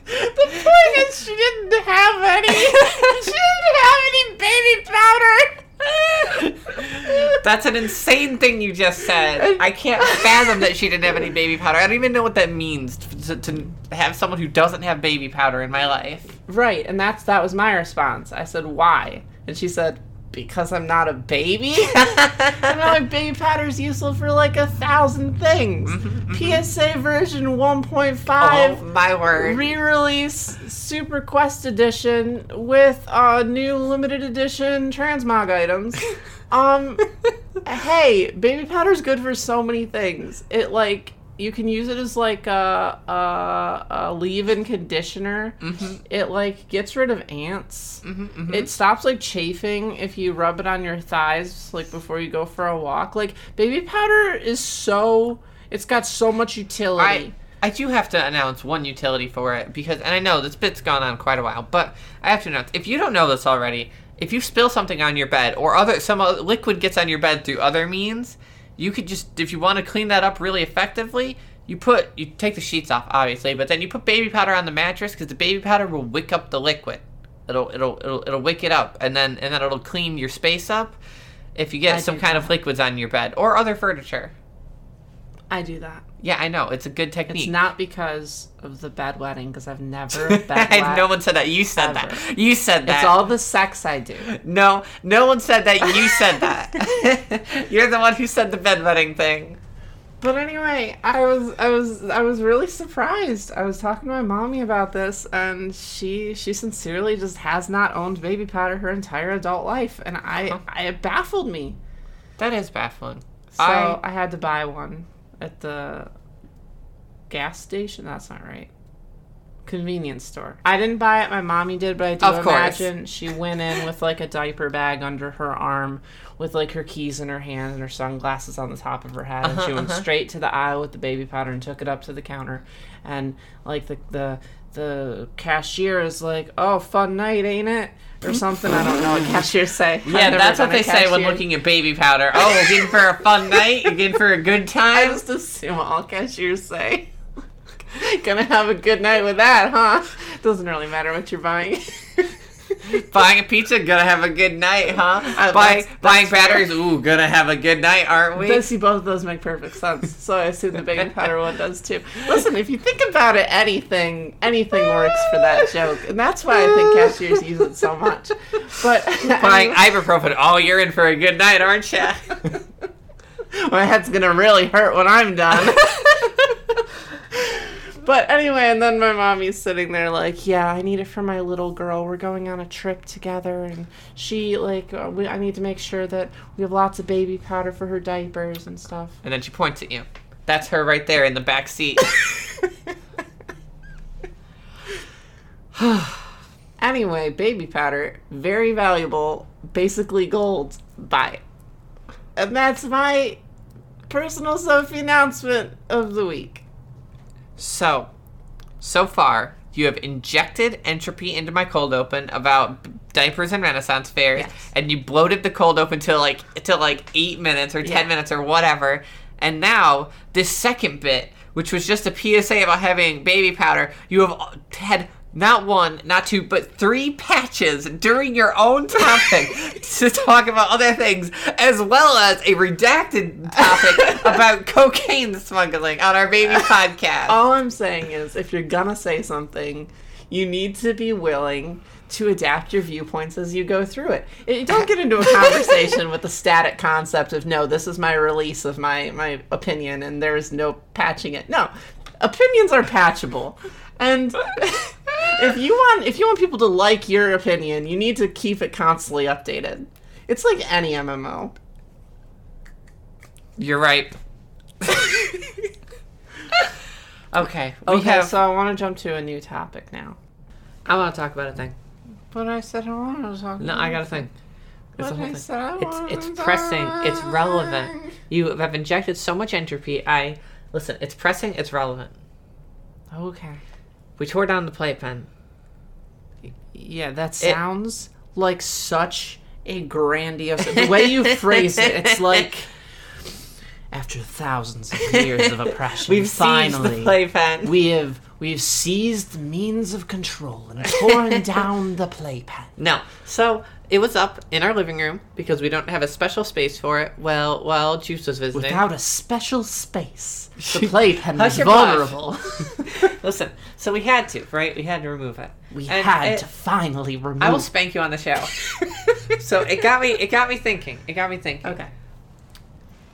Speaker 2: The point is, she didn't have any. She didn't have any baby powder.
Speaker 3: That's an insane thing you just said. I can't fathom that she didn't have any baby powder. I don't even know what that means to, to have someone who doesn't have baby powder in my
Speaker 2: *laughs*
Speaker 3: life.
Speaker 2: Right, and that's that was my response. I said, "Why?" And she said, "Because I'm not a baby." *laughs* and I'm like, baby powder's useful for like a thousand things. PSA version 1.5
Speaker 3: oh my word.
Speaker 2: re-release Super Quest Edition with uh, new limited edition transmog items. Um, hey, baby powder's good for so many things. It like you can use it as like a, a, a leave-in conditioner. It like gets rid of ants. It stops like chafing if you rub it on your thighs like before you go for a walk. Like baby powder is so it's got so much utility.
Speaker 3: I, I do have to announce one utility for it because, and I know this bit's gone on quite a while, but I have to announce if you don't know this already, if you spill something on your bed or other some other liquid gets on your bed through other means, you could just if you want to clean that up really effectively, you put you take the sheets off obviously, but then you put baby powder on the mattress because the baby powder will wick up the liquid. It'll it'll it'll it'll wick it up and then and then it'll clean your space up if you get
Speaker 2: I
Speaker 3: some
Speaker 2: do
Speaker 3: kind of liquids on your bed or other furniture.
Speaker 2: I do that.
Speaker 3: Yeah, I know it's a good technique.
Speaker 2: It's not because of the bedwetting, because I've *laughs*
Speaker 3: *laughs*
Speaker 2: never bedwet.
Speaker 3: no one said that. You said
Speaker 2: Ever.
Speaker 3: that. You said that.
Speaker 2: It's all the sex I do.
Speaker 3: no, no one said that.
Speaker 2: *laughs*
Speaker 3: You said that. *laughs* You're the one who said the bedwetting thing.
Speaker 2: But anyway, I was I was I was really surprised. I was talking to my mommy about this, and she she sincerely just has not owned baby powder her entire adult life, and I I it baffled me.
Speaker 3: That is baffling.
Speaker 2: So I,
Speaker 3: I-
Speaker 2: had to buy one at the gas station. That's not right. Convenience store. I didn't buy it. My mommy did, but I do
Speaker 3: Of course.
Speaker 2: imagine she went in with like a diaper bag under her arm, with like her keys in her hand and her sunglasses on the top of her head, and
Speaker 3: Uh-huh,
Speaker 2: she went straight to the aisle with the baby powder and took it up to the counter, and like the the the cashier is like, "Oh, fun night, ain't it?" or something. I don't know
Speaker 3: *laughs*
Speaker 2: what cashiers say. I've
Speaker 3: Yeah,
Speaker 2: never
Speaker 3: that's what
Speaker 2: been
Speaker 3: they
Speaker 2: a
Speaker 3: say when
Speaker 2: cashier.
Speaker 3: looking at baby powder. Oh, we're getting for a
Speaker 2: *laughs*
Speaker 3: fun night. You're getting for a good
Speaker 2: I
Speaker 3: time.
Speaker 2: just assume all cashiers say. *laughs* Gonna have a good night with that, huh? Doesn't really matter what you're buying.
Speaker 3: Buying a pizza, gonna have a good night, huh?
Speaker 2: Uh, that's-
Speaker 3: buying
Speaker 2: that's
Speaker 3: buying
Speaker 2: fair.
Speaker 3: batteries, ooh, gonna have a good night, aren't we?
Speaker 2: I see both of those make perfect sense, so I assume the baking powder one does too. Listen, if you think about it, anything anything works for that joke, and that's why I think cashiers use it so much. But *laughs*
Speaker 3: Buying ibuprofen, oh, you're in for a good night, aren't
Speaker 2: *laughs*
Speaker 3: you?
Speaker 2: my head's gonna really hurt when I'm done. But anyway, and then my mommy's sitting there like, yeah, I need it for my little girl. We're going on a trip together, and she like, uh, we, I need to make sure that we have lots of baby powder for her diapers and stuff.
Speaker 3: And then she points at you. That's her right there in the back seat.
Speaker 2: *laughs* anyway, baby powder, very valuable, basically gold. Buy it. And that's my personal Sophie announcement of the week.
Speaker 3: So, so far, you have injected entropy into my cold open about diapers and Renaissance fairs,
Speaker 2: Yes.
Speaker 3: and you bloated the cold open till like till like eight minutes or ten
Speaker 2: Yeah.
Speaker 3: minutes or whatever. And now this second bit, which was just a PSA about having baby powder, you have had not one, not two, but three patches during your own
Speaker 2: *laughs*
Speaker 3: topic to talk about other things, as well as a redacted topic
Speaker 2: *laughs*
Speaker 3: about cocaine smuggling on our baby podcast.
Speaker 2: All I'm saying is, if you're gonna say something, you need to be willing to adapt your viewpoints as you go through it. You don't get *laughs* into a conversation with the static concept of no, this is my release of my my opinion, and there is no patching it. No, opinions are patchable, and. *laughs* If you want if you want people to like your opinion, you need to keep it constantly updated. It's like any MMO.
Speaker 3: You're *laughs* right. okay. We
Speaker 2: Okay,
Speaker 3: have.
Speaker 2: so I want to jump to a new topic now.
Speaker 3: I want to talk about a thing.
Speaker 2: But I said I want to talk.
Speaker 3: No, I got a thing. It's
Speaker 2: But
Speaker 3: a whole
Speaker 2: I
Speaker 3: thing.
Speaker 2: said I
Speaker 3: It's it's
Speaker 2: wanted
Speaker 3: pressing. It's
Speaker 2: that.
Speaker 3: relevant. You have injected so much entropy. I listen. It's pressing. It's relevant.
Speaker 2: Okay.
Speaker 3: We tore down the playpen.
Speaker 2: Yeah, that sounds like such a grandiose. The way you phrase it, *laughs* it's like after thousands of years of oppression,
Speaker 3: *laughs* We've
Speaker 2: finally
Speaker 3: seized the playpen.
Speaker 2: we have we've seized the means of control and
Speaker 3: *laughs*
Speaker 2: torn down the playpen.
Speaker 3: No. So it was up in our living room because we don't have a special space for it. Well, while Juice was visiting.
Speaker 2: Without a special space, the playpen
Speaker 3: Hush
Speaker 2: was
Speaker 3: your blush.
Speaker 2: vulnerable.
Speaker 3: *laughs*
Speaker 2: *laughs*
Speaker 3: listen. So we had to, right? We had to remove it.
Speaker 2: We
Speaker 3: And
Speaker 2: had
Speaker 3: it-
Speaker 2: to finally remove.
Speaker 3: I will spank you on the
Speaker 2: *laughs*
Speaker 3: show. so it got me. It got me thinking. It got me thinking.
Speaker 2: okay.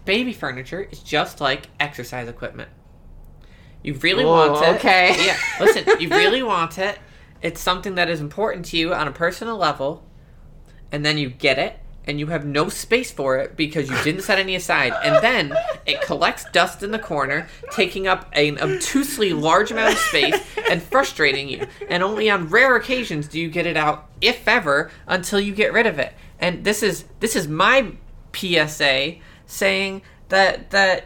Speaker 3: Baby furniture is just like exercise equipment. You really
Speaker 2: Whoa,
Speaker 3: want it.
Speaker 2: okay.
Speaker 3: Yeah. Listen, you really want it. It's something that is important to you on a personal level, and then you get it, and you have no space for it because you didn't set any aside, and then it collects dust in the corner, taking up an obtusely large amount of space and frustrating you. And only on rare occasions do you get it out, if ever, until you get rid of it. And this is this is my PSA saying that that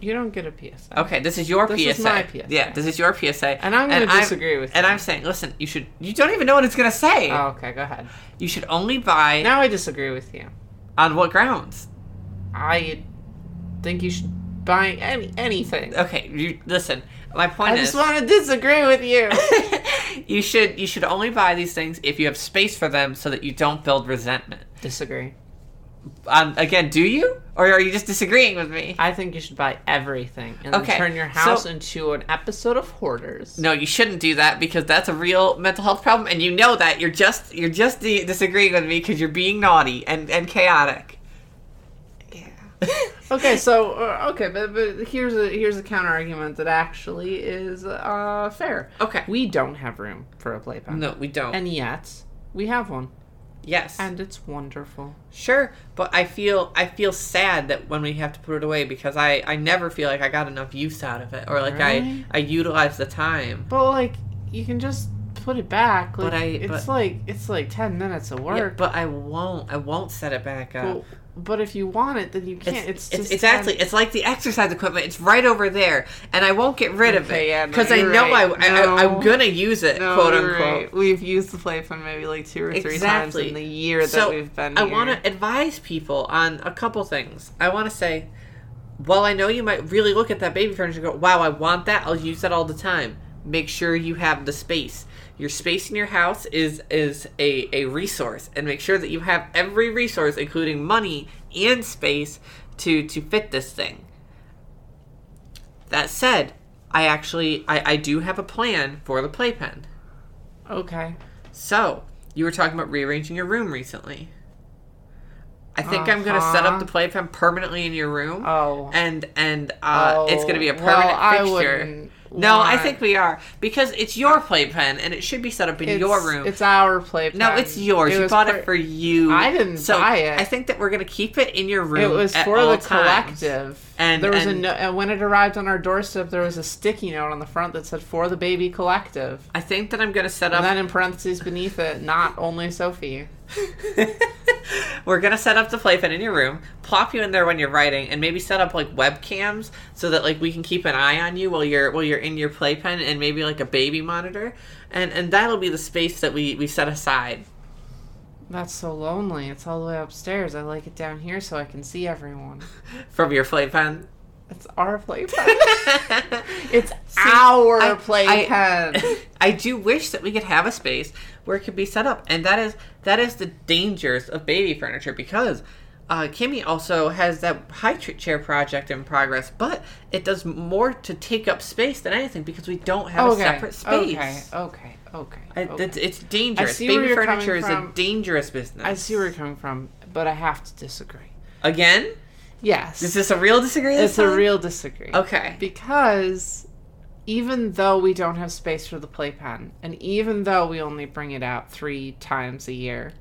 Speaker 2: You don't get a PSA.
Speaker 3: Okay, this is your
Speaker 2: This
Speaker 3: PSA.
Speaker 2: is my PSA.
Speaker 3: Yeah, this is your PSA.
Speaker 2: And I'm gonna disagree with
Speaker 3: And
Speaker 2: you.
Speaker 3: I'm saying, listen, you should. You don't even know what it's gonna say.
Speaker 2: okay, go ahead.
Speaker 3: You should only buy
Speaker 2: Now I disagree with you.
Speaker 3: on what grounds?
Speaker 2: I think you should buy any anything.
Speaker 3: Okay, you listen. My point
Speaker 2: I
Speaker 3: is,
Speaker 2: just want to disagree with you.
Speaker 3: *laughs* you should you should only buy these things if you have space for them, so that you don't build resentment.
Speaker 2: *laughs* disagree.
Speaker 3: Um, again, do you, or are you just disagreeing with me?
Speaker 2: I think you should buy everything and
Speaker 3: Okay,
Speaker 2: then turn your
Speaker 3: so-
Speaker 2: house into an episode of Hoarders.
Speaker 3: No, you shouldn't do that because that's a real mental health problem, and you know that. You're just you're just de- disagreeing with me because you're being naughty and and chaotic. Yeah.
Speaker 2: Okay, so uh, okay, but, but here's a here's a counter argument that actually is uh, fair.
Speaker 3: *laughs* Okay.
Speaker 2: We don't have room for a playpen.
Speaker 3: No, we don't.
Speaker 2: And yet we have one,
Speaker 3: yes.
Speaker 2: and it's wonderful.
Speaker 3: sure, but I feel I feel sad that when we have to put it away because I I never feel like I got enough use out of it or like
Speaker 2: Right.
Speaker 3: I I utilize the time.
Speaker 2: But like, you can just put it back. Like,
Speaker 3: But I-
Speaker 2: it's
Speaker 3: but-
Speaker 2: like it's like ten minutes of work.
Speaker 3: Yeah, but I won't I won't set it back up.
Speaker 2: Well, but if you want it, then you can't. It's,
Speaker 3: it's,
Speaker 2: just
Speaker 3: exactly. It's like the exercise equipment. It's right over there, and I won't get rid of
Speaker 2: Okay, yeah,
Speaker 3: it
Speaker 2: no,
Speaker 3: because I
Speaker 2: you're
Speaker 3: know
Speaker 2: right.
Speaker 3: I, I, I
Speaker 2: No.
Speaker 3: am gonna use it, quote unquote.
Speaker 2: We've used the playpen maybe like two or three times
Speaker 3: Exactly.
Speaker 2: in the year that
Speaker 3: So,
Speaker 2: we've been.
Speaker 3: I
Speaker 2: here.
Speaker 3: want to advise people on a couple things. I want to say, while I know you might really look at that baby furniture and go, wow, I want that, I'll use that all the time. Make sure you have the space. Your space in your house is is a, a resource, and make sure that you have every resource, including money and space, to to fit this thing. That said, I actually I, I do have a plan for the playpen.
Speaker 2: Okay.
Speaker 3: So, you were talking about rearranging your room recently. I think I'm gonna set
Speaker 2: Uh-huh.
Speaker 3: up the playpen permanently in your room,
Speaker 2: Oh.
Speaker 3: and and uh, it's gonna be a permanent
Speaker 2: well, I
Speaker 3: fixture.
Speaker 2: wouldn't-
Speaker 3: No, I
Speaker 2: want-
Speaker 3: think we are because it's your playpen and it should be set up in
Speaker 2: It's-
Speaker 3: your room.
Speaker 2: It's our play.
Speaker 3: no, it's yours. you
Speaker 2: was
Speaker 3: bought
Speaker 2: for-
Speaker 3: it for you.
Speaker 2: I didn't
Speaker 3: so
Speaker 2: buy it.
Speaker 3: I think that we're gonna keep it in your room.
Speaker 2: It was
Speaker 3: at
Speaker 2: for
Speaker 3: all
Speaker 2: the
Speaker 3: times.
Speaker 2: collective.
Speaker 3: And-
Speaker 2: And there was
Speaker 3: and-
Speaker 2: a no- and when it arrived on our doorstep, there was a sticky note on the front that said "For the baby collective,"
Speaker 3: I think that I'm gonna set
Speaker 2: and
Speaker 3: up.
Speaker 2: then in parentheses beneath it, "Not only Sophie."
Speaker 3: *laughs* we're gonna set up the playpen in your room, plop you in there when you're writing, and maybe set up like webcams so that like we can keep an eye on you while you're while you're in your playpen, and maybe like a baby monitor, and and that'll be the space that we we set aside.
Speaker 2: That's so lonely. It's all the way upstairs. I like it down here so I can see everyone.
Speaker 3: from your playpen.
Speaker 2: It's
Speaker 3: *laughs*
Speaker 2: our playpen. it's our
Speaker 3: I-
Speaker 2: playpen.
Speaker 3: I do wish that we could have a space where it could be set up, and that is that is the dangers of baby furniture because uh, Kimmy also has that high tr- chair project in progress, but it does more to take up space than anything because we don't have *laughs* a separate space.
Speaker 2: Okay. Okay. Okay.
Speaker 3: I-
Speaker 2: okay.
Speaker 3: it's, it's dangerous.
Speaker 2: I see where
Speaker 3: baby
Speaker 2: you're
Speaker 3: furniture is
Speaker 2: coming
Speaker 3: a
Speaker 2: from.
Speaker 3: dangerous business.
Speaker 2: I see where you're coming from, but I have to disagree.
Speaker 3: Again,
Speaker 2: Yes.
Speaker 3: is this a real disagreement?
Speaker 2: it's a real disagree.
Speaker 3: okay.
Speaker 2: Because even though we don't have space for the playpen, and even though we only bring it out three times a year,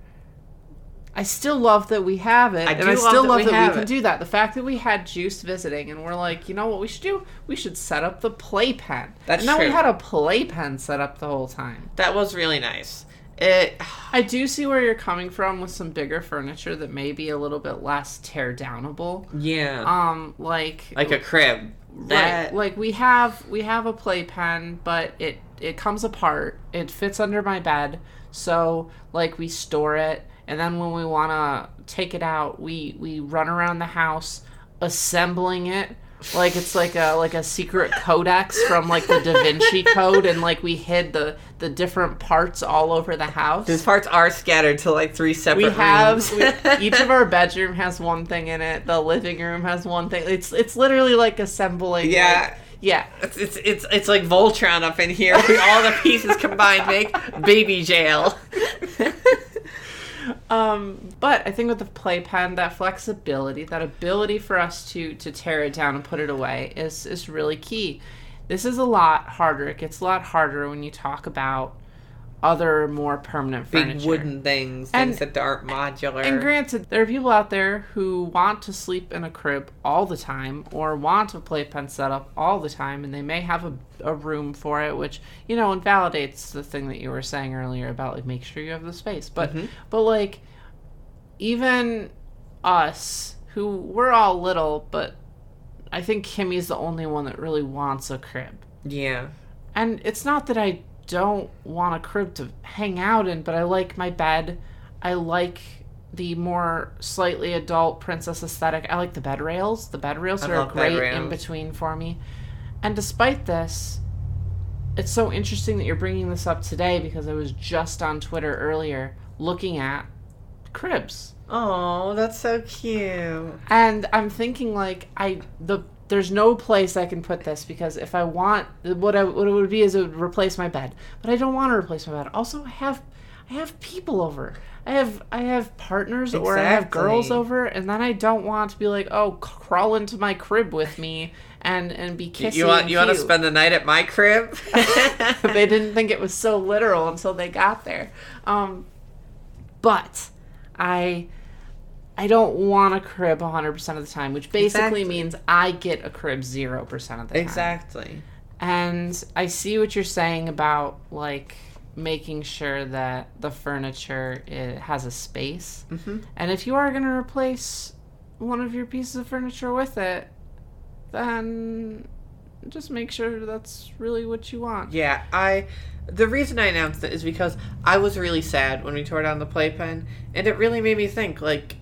Speaker 2: I still love that we have it,
Speaker 3: I
Speaker 2: and
Speaker 3: do
Speaker 2: I
Speaker 3: love
Speaker 2: still
Speaker 3: that
Speaker 2: love
Speaker 3: we
Speaker 2: that we,
Speaker 3: have
Speaker 2: can
Speaker 3: it.
Speaker 2: do that. The fact that we had Juice visiting, and we're like, you know what we should do? We should set up the playpen.
Speaker 3: That's
Speaker 2: and now we
Speaker 3: true.
Speaker 2: had a playpen set up the whole time.
Speaker 3: That was really nice. It. *sighs*
Speaker 2: I do see where you're coming from with some bigger furniture that may be a little bit less tear downable.
Speaker 3: Yeah.
Speaker 2: Um, like
Speaker 3: like a crib. That
Speaker 2: right like we have we have a playpen but it it comes apart it fits under my bed so like we store it and then when we want to take it out we we run around the house assembling it like it's like a like a secret codex from like the da vinci code and like we hid the the different parts all over the house
Speaker 3: those parts are scattered to like three separate
Speaker 2: we have
Speaker 3: rooms. *laughs*
Speaker 2: we- *laughs* each of our bedroom has one thing in it the living room has one thing it's it's literally like assembling
Speaker 3: Yeah.
Speaker 2: like- yeah
Speaker 3: it's, it's it's it's like Voltron up in here. where all the pieces combined make baby *laughs* jail.
Speaker 2: Um, but I think with the playpen, that flexibility, that ability for us to to tear it down and put it away is is really key. This is a lot harder. It gets a lot harder when you talk about other more permanent
Speaker 3: Big
Speaker 2: furniture.
Speaker 3: wooden things,
Speaker 2: And-
Speaker 3: things that aren't modular.
Speaker 2: And granted, there are people out there who want to sleep in a crib all the time or want a playpen set up all the time, and they may have a, a room for it, which, you know, invalidates the thing that you were saying earlier about, like, make sure you have the space. But, but like, even us, who we're all little, but I think Kimmy's the only one that really wants a crib.
Speaker 3: yeah,
Speaker 2: And it's not that I don't want a crib to hang out in, but I like my bed. I like the more slightly adult princess aesthetic. I like the bed rails. The bed rails
Speaker 3: I
Speaker 2: are a
Speaker 3: love bed
Speaker 2: great
Speaker 3: rails.
Speaker 2: in between for me. And despite this, it's so interesting that you're bringing this up today because I was just on Twitter earlier looking at cribs
Speaker 3: oh, that's so cute.
Speaker 2: and I'm thinking like I the there's no place I can put this because if I want what I what it would be is it would replace my bed, but I don't want to replace my bed. Also, I have I have people over. I have I have partners or I have girls
Speaker 3: Exactly.
Speaker 2: over, and then I don't want to be like oh c- crawl into my crib with me and and be kissing.
Speaker 3: You want
Speaker 2: and
Speaker 3: you want to
Speaker 2: cute.
Speaker 3: spend the night at my crib?
Speaker 2: *laughs* they didn't think it was so literal until they got there. Um, but I I don't want a crib 100% of the time, which basically
Speaker 3: Exactly.
Speaker 2: means I get a crib 0% of
Speaker 3: *laughs*
Speaker 2: the time.
Speaker 3: exactly.
Speaker 2: And I see what you're saying about like making sure that the furniture it has a space.
Speaker 3: Mhm.
Speaker 2: And if you are going to replace one of your pieces of furniture with it, then just make sure that's really what you want.
Speaker 3: Yeah, I. The reason I announced it is because I was really sad when we tore down the playpen, and it really made me think like,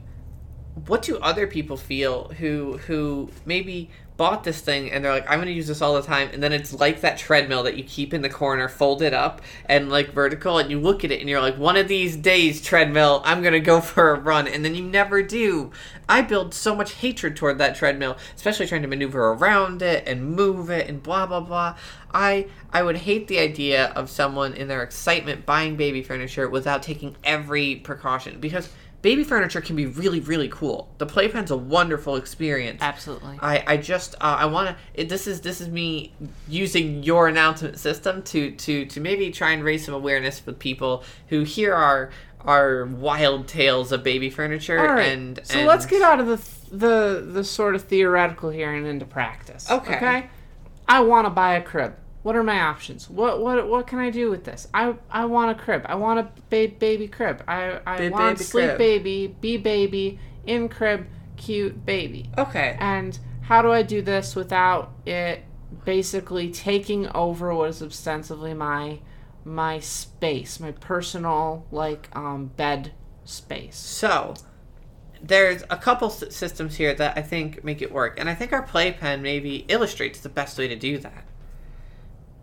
Speaker 3: what do other people feel who who maybe bought this thing and they're like, I'm gonna use this all the time, and then it's like that treadmill that you keep in the corner, folded up and like vertical, and you look at it and you're like, one of these days, treadmill, I'm gonna go *laughs* for a run, and then you never do. I build so much hatred toward that treadmill, especially trying to maneuver around it and move it and blah blah blah. I I would hate the idea of someone in their excitement buying baby furniture without taking every precaution because baby furniture can be really, really cool. The playpen's a wonderful experience.
Speaker 1: Absolutely.
Speaker 3: I, I just uh, I want to. This is this is me using your announcement system to to to maybe try and raise some awareness with people who hear our our wild tales of baby furniture.
Speaker 2: All right.
Speaker 3: And
Speaker 2: so
Speaker 3: and-
Speaker 2: let's get out of the th- the the sort of theoretical here and into practice.
Speaker 3: Okay.
Speaker 2: Okay. I want to buy a crib. What are my options? What what what can I do with this? I I want a crib. I want a ba- baby crib. I I
Speaker 3: Big
Speaker 2: want
Speaker 3: baby
Speaker 2: sleep
Speaker 3: crib.
Speaker 2: baby, be baby, in crib, cute baby.
Speaker 3: Okay.
Speaker 2: And how do I do this without it basically taking over what is ostensibly my my space, my personal like um bed space?
Speaker 3: So there's a couple s- systems here that I think make it work, and I think our playpen maybe illustrates the best way to do that.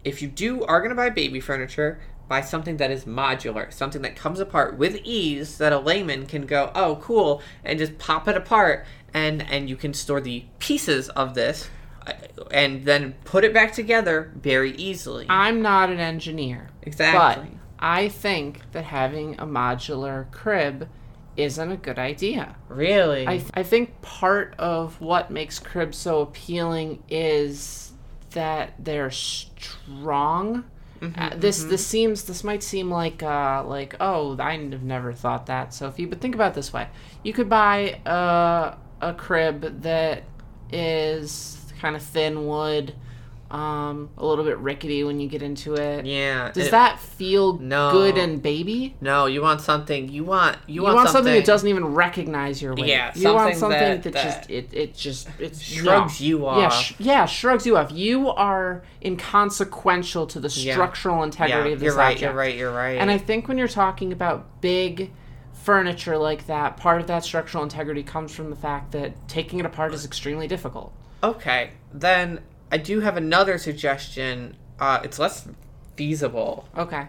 Speaker 3: If you do are gonna buy baby furniture, buy something that is modular, something that comes apart with ease that a layman can go, oh cool, and just pop it apart, and and you can store the pieces of this, uh, and then put it back together very easily.
Speaker 2: I'm not an engineer.
Speaker 3: Exactly.
Speaker 2: But I think that having a modular crib isn't a good idea.
Speaker 3: really.
Speaker 2: I, I think part of what makes cribs so appealing is that they're strong.
Speaker 3: Mm-hmm,
Speaker 2: Uh, this this seems this might seem like uh, like oh I have never thought that Sophie but think about it this way you could buy a a crib that is kind of thin wood um, a little bit rickety when you get into it
Speaker 3: yeah.
Speaker 2: does
Speaker 3: it-
Speaker 2: that feel
Speaker 3: No.
Speaker 2: good and baby
Speaker 3: No, you want something. You want. You,
Speaker 2: you, want, something, that doesn't even recognize your weight.
Speaker 3: Yeah,
Speaker 2: you want
Speaker 3: something
Speaker 2: something
Speaker 3: that-
Speaker 2: that,
Speaker 3: that
Speaker 2: just it it just it
Speaker 3: shrugs you
Speaker 2: Yeah,
Speaker 3: off.
Speaker 2: sh- yeah, shrugs you off. You are inconsequential to the structural integrity
Speaker 3: Yeah,
Speaker 2: of this
Speaker 3: you're right.
Speaker 2: object.
Speaker 3: You're right. You're right.
Speaker 2: And I think when you're talking about big furniture like that, part of that structural integrity comes from the fact that taking it apart is extremely difficult.
Speaker 3: okay, then I do have another suggestion. Uh, it's less feasible.
Speaker 2: Okay,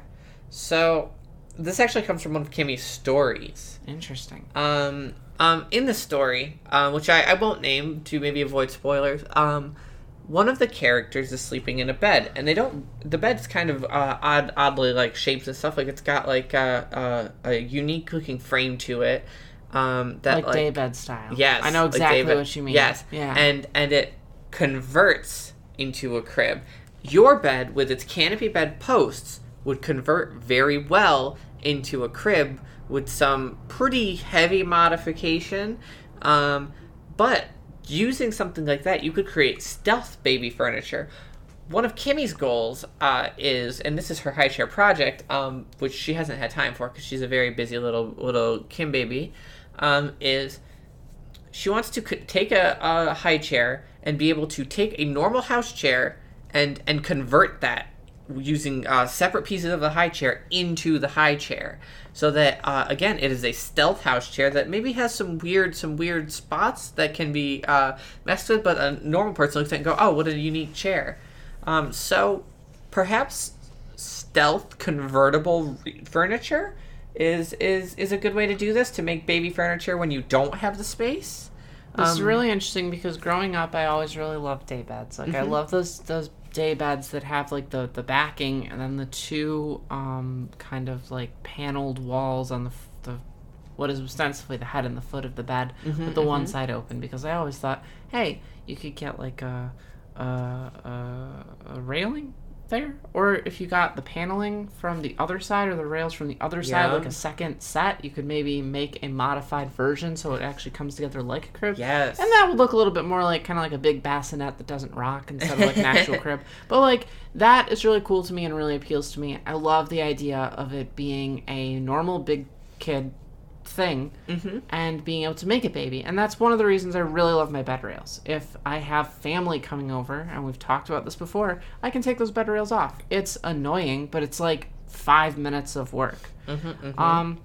Speaker 3: So this actually comes from one of Kimmy's stories.
Speaker 2: interesting.
Speaker 3: Um, um, in the story, um, which I, I won't name to maybe avoid spoilers, um, one of the characters is sleeping in a bed, and they don't. The bed's kind of uh, odd, oddly like shapes and stuff. Like it's got like a, a, a unique looking frame to it. Um, that
Speaker 2: Like, day daybed style.
Speaker 3: Yes,
Speaker 2: I know
Speaker 3: like
Speaker 2: exactly
Speaker 3: David-
Speaker 2: what you mean.
Speaker 3: Yes,
Speaker 2: Yeah.
Speaker 3: and and it converts into a crib. Your bed with its canopy bed posts would convert very well into a crib with some pretty heavy modification, um, but using something like that, you could create stealth baby furniture. One of Kimmy's goals uh, is, and this is her high chair project, um, which she hasn't had time for because she's a very busy little little Kim baby, um, is she wants to c- take a, a high chair and be able to take a normal house chair and and convert that using uh, separate pieces of the high chair into the high chair so that uh, again it is a stealth house chair that maybe has some weird some weird spots that can be uh, messed with but a normal person looks at it and go oh what a unique chair um, so perhaps stealth convertible re- furniture is is is a good way to do this to make baby furniture when you don't have the space.
Speaker 2: This is really interesting because growing up, I always really loved day beds. Like I love those those day beds that have like the the backing and then the two um kind of like paneled walls on the f- the what is ostensibly the head and the foot of the bed with the one side open because I always thought, hey, you could get like a a, a, a railing there or if you got the paneling from the other side or the rails from the other side
Speaker 3: Yeah.
Speaker 2: like a second set you could maybe make a modified version so it actually comes together like a crib
Speaker 3: Yes.
Speaker 2: and that would look a little bit more like kind of like a big bassinet that doesn't rock instead of like an actual crib. But like that is really cool to me and really appeals to me. I love the idea of it being a normal big kid thing and being able to make a baby. And that's one of the reasons I really love my bed rails. If I have family coming over, and we've talked about this before, I can take those bed rails off. It's annoying, but it's like five minutes of work. Um,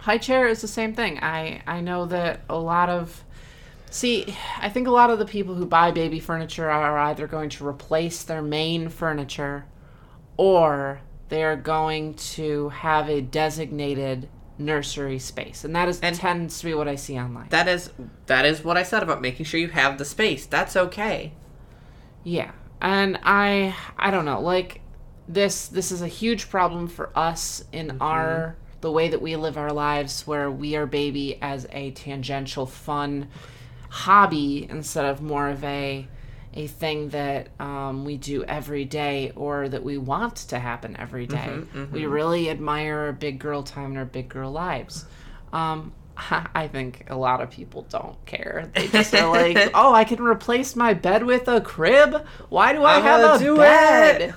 Speaker 2: high chair is the same thing. I I know that a lot of See, I think a lot of the people who buy baby furniture are either going to replace their main furniture or they are going to have a designated nursery space. And that is tends to be what I see online.
Speaker 3: that is that is what I said about making sure you have the space. That's okay.
Speaker 2: Yeah. And I I don't know, like this this is a huge problem for us in our the way that we live our lives, where we are baby as a tangential fun hobby instead of more of a a thing that um, we do every day or that we want to happen every day. We really admire our big girl time and our big girl lives. Um, *laughs* I think a lot of people don't care. They
Speaker 3: *laughs*
Speaker 2: just are like, oh, I can replace my bed with a crib? Why do I
Speaker 3: I'm
Speaker 2: have
Speaker 3: gonna
Speaker 2: a
Speaker 3: do
Speaker 2: bed?
Speaker 3: it."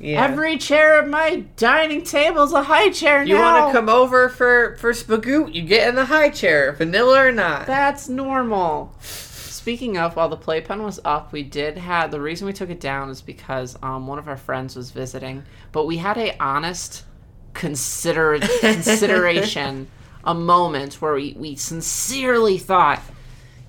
Speaker 3: Yeah.
Speaker 2: Every chair at my dining table is a high chair
Speaker 3: you
Speaker 2: now.
Speaker 3: want to come over for for spagoot? You get in the high chair, vanilla or not.
Speaker 2: That's normal. Speaking of, while the playpen was up, we did have the reason we took it down is because um, one of our friends was visiting, but we had a honest consider consideration, a moment where we, we sincerely thought,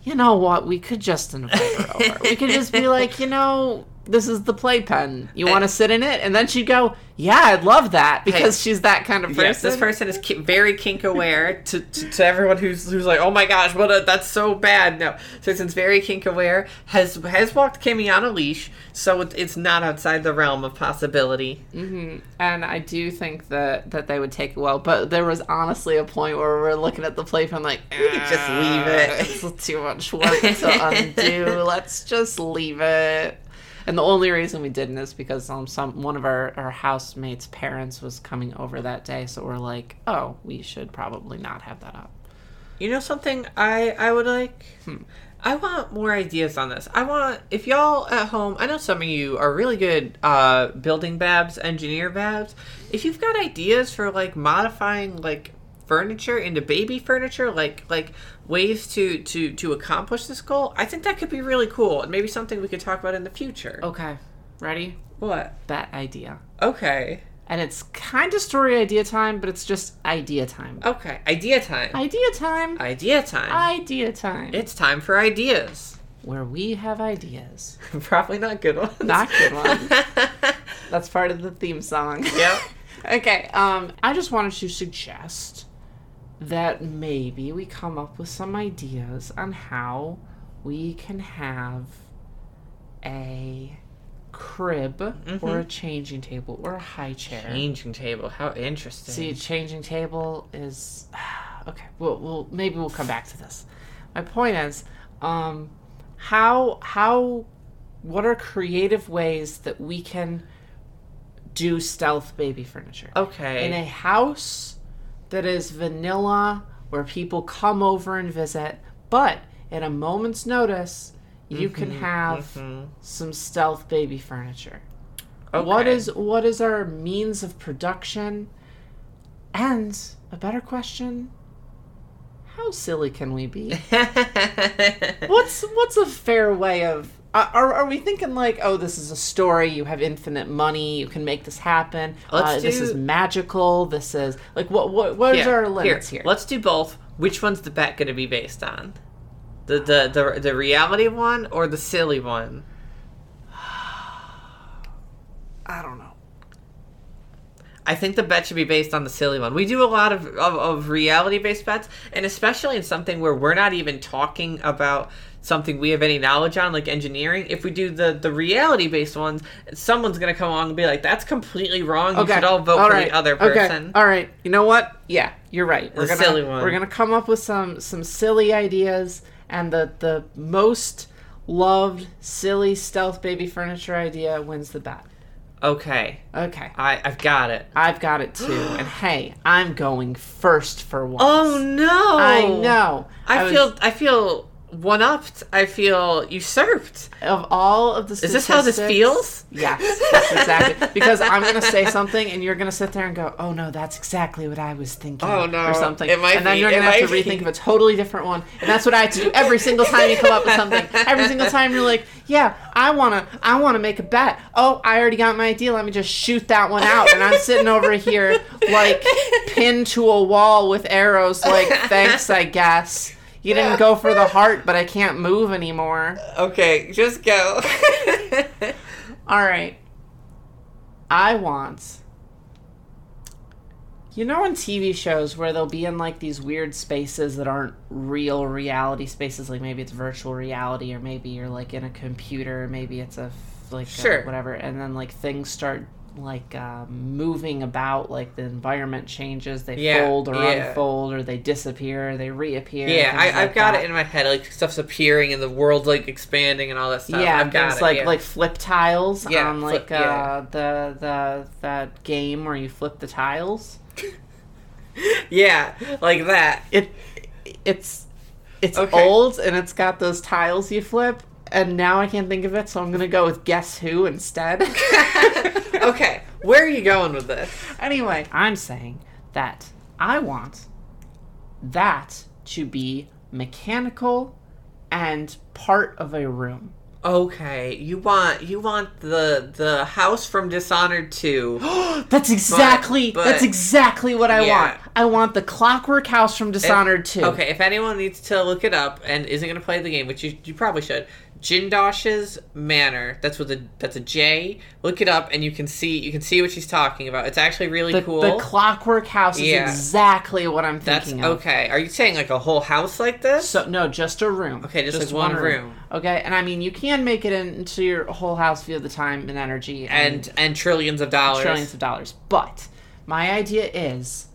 Speaker 2: you know what, we could just invite her over. We could just be like, you know, this is the playpen. You want to sit in it? And then she'd go, yeah, I'd love that because she's that kind of person.
Speaker 3: Yes, this person is ki- very kink aware to, to, to everyone who's who's like, oh my gosh, what a, that's so bad. No, Susan's very kink aware has has walked Kimmy on a leash, so it, it's not outside the realm of possibility.
Speaker 2: and I do think that that they would take a while. But there was honestly a point where we were looking at the playpen like, we
Speaker 3: could just leave it."
Speaker 2: *laughs* It's too much work
Speaker 3: *laughs*
Speaker 2: to undo. Let's just leave it. And the only reason we didn't is because um, some one of our, our housemates' parents was coming over that day, so we're like, oh, we should probably not have that up.
Speaker 3: You know something I I would like?
Speaker 2: Hmm.
Speaker 3: I want more ideas on this. I want if y'all at home, I know some of you are really good uh building babs, engineer babs. If you've got ideas for like modifying like furniture into baby furniture, like like ways to to to accomplish this goal, I think that could be really cool and maybe something we could talk about in the future.
Speaker 2: Okay, ready?
Speaker 3: What?
Speaker 2: That idea.
Speaker 3: Okay.
Speaker 2: And it's kind of story idea time, but it's just idea time.
Speaker 3: Okay. Idea time.
Speaker 2: Idea time.
Speaker 3: idea time.
Speaker 2: Idea time.
Speaker 3: it's time for ideas. *laughs*
Speaker 2: where we have ideas.
Speaker 3: Probably not good ones.
Speaker 2: Not
Speaker 3: *laughs*
Speaker 2: good ones.
Speaker 3: ones.
Speaker 2: That's part of the theme song.
Speaker 3: Yep.
Speaker 2: *laughs* okay. Um, I just wanted to suggest that maybe we come up with some ideas on how we can have a crib or a changing table or a high chair.
Speaker 3: Changing table. How interesting.
Speaker 2: See, changing table is *sighs* okay. We'll, we'll maybe we'll come back to this. My point is, um, how how what are creative ways that we can do stealth baby furniture
Speaker 3: okay.
Speaker 2: in a house that is vanilla, where people come over and visit, but at a moment's notice, you can have
Speaker 3: mm-hmm. Hmm. *laughs*
Speaker 2: some stealth baby furniture. What
Speaker 3: Okay.
Speaker 2: is what is our means of production? And a better question, how silly can
Speaker 3: *laughs*
Speaker 2: we be? what's what's a fair way of uh, are, are we thinking like oh this is a story you have infinite money you can make this happen
Speaker 3: Let's
Speaker 2: uh, this
Speaker 3: do-
Speaker 2: is magical this is like what what what is our limits here,
Speaker 3: Let's do both. Which one's the bet going to be based on? The, the the the reality one or the silly one?
Speaker 2: i don't know
Speaker 3: I think the bet should be based on the silly one. We do a lot of, of, of reality based bets, and especially in something where we're not even talking about something we have any knowledge on, like engineering. If we do the, the reality based ones, someone's going to come along and be like, that's completely wrong. You should all vote for
Speaker 2: right.
Speaker 3: the other
Speaker 2: Okay.
Speaker 3: person.
Speaker 2: all right you know what yeah you're right we're
Speaker 3: The
Speaker 2: gonna
Speaker 3: silly one.
Speaker 2: we're gonna come up with some some silly ideas and the the most loved silly stealth baby furniture idea wins the bet
Speaker 3: Okay,
Speaker 2: okay
Speaker 3: I, I've got it.
Speaker 2: I've got
Speaker 3: *gasps*
Speaker 2: it too, and hey, I'm going first for once.
Speaker 3: Oh no!
Speaker 2: I know.
Speaker 3: I,
Speaker 2: was-
Speaker 3: feel I feel one upped. I feel usurped.
Speaker 2: of all of the.
Speaker 3: Is this how this
Speaker 2: statistics-
Speaker 3: feels?
Speaker 2: Yes, yes, exactly. Because I'm going to say something, and you're going to sit there and go, "Oh no, that's exactly what I was thinking,"
Speaker 3: Oh, no.
Speaker 2: or something.
Speaker 3: It might
Speaker 2: and then
Speaker 3: be,
Speaker 2: you're going
Speaker 3: it
Speaker 2: to have to
Speaker 3: might be.
Speaker 2: rethink of a totally different one, and that's what I have to do every single time you come up with something. Every single time you're like, "Yeah, I want to, I want to make a bet." Oh, I already got my idea. Let me just shoot that one out, and I'm sitting over here like pinned to a wall with arrows. Like, thanks, I guess. You didn't go for the heart, but I can't move anymore.
Speaker 3: Okay, just go.
Speaker 2: All right. I want. You know, in TV shows where they'll be in like these weird spaces that aren't real reality spaces, like maybe it's virtual reality, or maybe you're like in a computer, or maybe it's a f- like a
Speaker 3: Sure.
Speaker 2: whatever, and then like things start like uh, moving about, like the environment changes, they
Speaker 3: Yeah,
Speaker 2: fold or
Speaker 3: yeah.
Speaker 2: unfold, or they disappear, they reappear.
Speaker 3: *laughs* Yeah,
Speaker 2: things
Speaker 3: I,
Speaker 2: like
Speaker 3: I've got
Speaker 2: that.
Speaker 3: it in my head. Like stuff's appearing and the world's like expanding and all that stuff.
Speaker 2: yeah,
Speaker 3: I've got
Speaker 2: there's
Speaker 3: it.
Speaker 2: like
Speaker 3: yeah.
Speaker 2: like flip tiles
Speaker 3: Yeah,
Speaker 2: on
Speaker 3: flip-
Speaker 2: like
Speaker 3: yeah.
Speaker 2: uh, the the that game where you flip the tiles.
Speaker 3: yeah, like
Speaker 2: *laughs*
Speaker 3: that.
Speaker 2: It it's it's
Speaker 3: Okay.
Speaker 2: old and it's got those tiles you flip. And now I can't think of it, so I'm gonna go with guess
Speaker 3: *laughs*
Speaker 2: who instead. *laughs*
Speaker 3: okay, where are you going with this?
Speaker 2: Anyway, I'm saying that I want that to be mechanical and part of a room.
Speaker 3: Okay, you want you want the the house from Dishonored *gasps* two.
Speaker 2: That's exactly
Speaker 3: but-
Speaker 2: that's exactly what I
Speaker 3: Yeah.
Speaker 2: want. I want the clockwork house from Dishonored 2.
Speaker 3: Okay, if anyone needs to look it up and isn't going to play the game, which you, you probably should, Jindosh's Manor. That's with a that's a J. Look it up, and you can see you can see what she's talking about. It's actually really
Speaker 2: The,
Speaker 3: cool.
Speaker 2: the clockwork house is
Speaker 3: Yeah.
Speaker 2: exactly what I'm
Speaker 3: that's
Speaker 2: thinking of.
Speaker 3: okay. Are you saying like a whole house like this?
Speaker 2: So no, just a room.
Speaker 3: Okay, just, like one, room.
Speaker 2: Okay, and I mean you can make it in- into your whole house via the time and energy
Speaker 3: and and trillions of dollars.
Speaker 2: trillions of dollars. But my idea is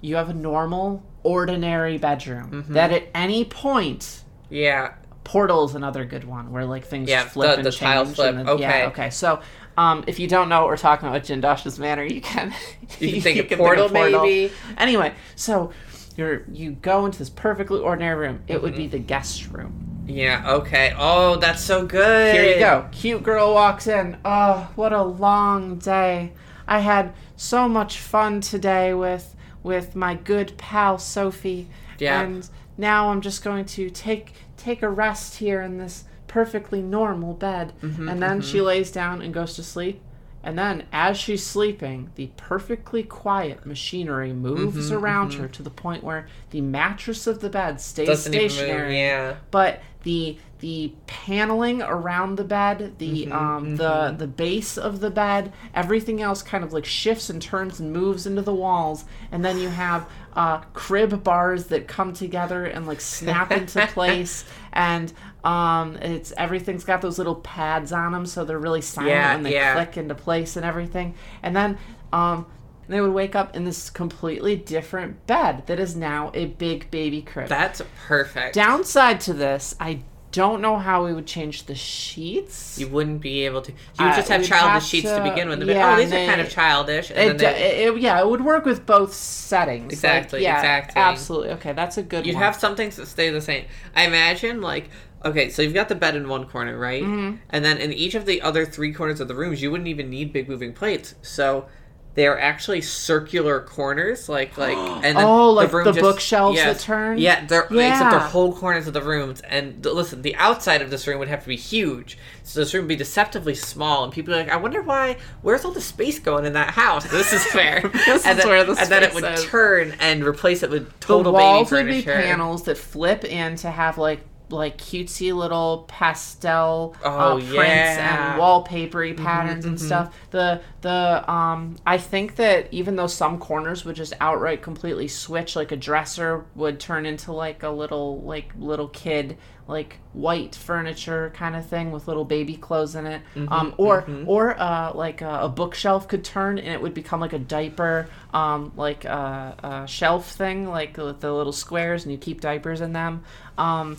Speaker 2: you have a normal, ordinary bedroom
Speaker 3: Mm-hmm.
Speaker 2: that at any point
Speaker 3: Yeah,
Speaker 2: portal is another good one where like things
Speaker 3: Yeah,
Speaker 2: flip
Speaker 3: the-
Speaker 2: and
Speaker 3: the
Speaker 2: change
Speaker 3: tile flip.
Speaker 2: and
Speaker 3: Okay.
Speaker 2: yeah okay so um, if you don't know what we're talking about with Jindosh's manor *laughs* you can
Speaker 3: *laughs* You can think of portal, maybe.
Speaker 2: anyway so you're you go into this perfectly ordinary room it would be the guest room
Speaker 3: yeah. Okay. Oh, that's so good.
Speaker 2: here you go cute girl walks in oh what a long day I had so much fun today with with my good pal Sophie
Speaker 3: Yeah.
Speaker 2: and now I'm just going to take take a rest here in this perfectly normal bed.
Speaker 3: Mm-hmm,
Speaker 2: and then she lays down and goes to sleep. And then as she's sleeping, the perfectly quiet machinery
Speaker 3: Mm-hmm,
Speaker 2: moves around her to the point where the mattress of the bed stays
Speaker 3: Doesn't
Speaker 2: stationary
Speaker 3: even move. Yeah.
Speaker 2: but the the paneling around the bed,
Speaker 3: Mm-hmm,
Speaker 2: the um the the base of the bed, everything else kind of like shifts and turns and moves into the walls, and then you have uh, crib bars that come together and like snap
Speaker 3: *laughs*
Speaker 2: into place, and um it's everything's got those little pads on them, so they're really silent
Speaker 3: Yeah,
Speaker 2: and they
Speaker 3: yeah.
Speaker 2: click into place and everything, and then um. They would wake up in this completely different bed that is now a big baby crib.
Speaker 3: That's perfect.
Speaker 2: Downside to this, I don't know how we would change the sheets.
Speaker 3: You wouldn't be able to. You would
Speaker 2: Uh,
Speaker 3: just have
Speaker 2: we'd
Speaker 3: childish
Speaker 2: have
Speaker 3: sheets to,
Speaker 2: to-
Speaker 3: begin with. They'd be,
Speaker 2: yeah,
Speaker 3: oh, these
Speaker 2: they-
Speaker 3: are kind of childish. And
Speaker 2: It,
Speaker 3: then they,
Speaker 2: it- it- yeah, it would work with both settings. Like,
Speaker 3: Exactly,
Speaker 2: yeah,
Speaker 3: exactly.
Speaker 2: Absolutely. Okay, that's a good
Speaker 3: you'd
Speaker 2: one.
Speaker 3: have some things that stay the same. I imagine, like, okay, so you've got the bed in one corner, right?
Speaker 2: Mm-hmm.
Speaker 3: And then in each of the other three corners of the rooms, you wouldn't even need big moving plates. So they are actually circular corners, like, like, and then
Speaker 2: Oh, like
Speaker 3: the, room
Speaker 2: the
Speaker 3: just-
Speaker 2: bookshelves
Speaker 3: yes.
Speaker 2: that turn?
Speaker 3: Yeah, they're, except they're
Speaker 2: Yeah.
Speaker 3: whole corners of the rooms. And th- listen, the outside of this room would have to be huge. So this room would be deceptively small. And people are like, I wonder why, where's all the space going in that house? This is fair.
Speaker 2: *laughs* This
Speaker 3: and
Speaker 2: is
Speaker 3: then,
Speaker 2: where the
Speaker 3: And then it
Speaker 2: space
Speaker 3: would
Speaker 2: is.
Speaker 3: turn and replace it with
Speaker 2: the
Speaker 3: total
Speaker 2: walls
Speaker 3: baby
Speaker 2: would be
Speaker 3: furniture.
Speaker 2: panels that flip in to have like like cutesy little pastel uh,
Speaker 3: Oh,
Speaker 2: prints
Speaker 3: yeah.
Speaker 2: and wallpapery patterns and stuff. The the um I think that even though some corners would just outright completely switch, like a dresser would turn into like a little like little kid like white furniture kind of thing with little baby clothes in it. um or or uh like a, a bookshelf could turn and it would become like a diaper um like a, a shelf thing like with the little squares and you keep diapers in them. Um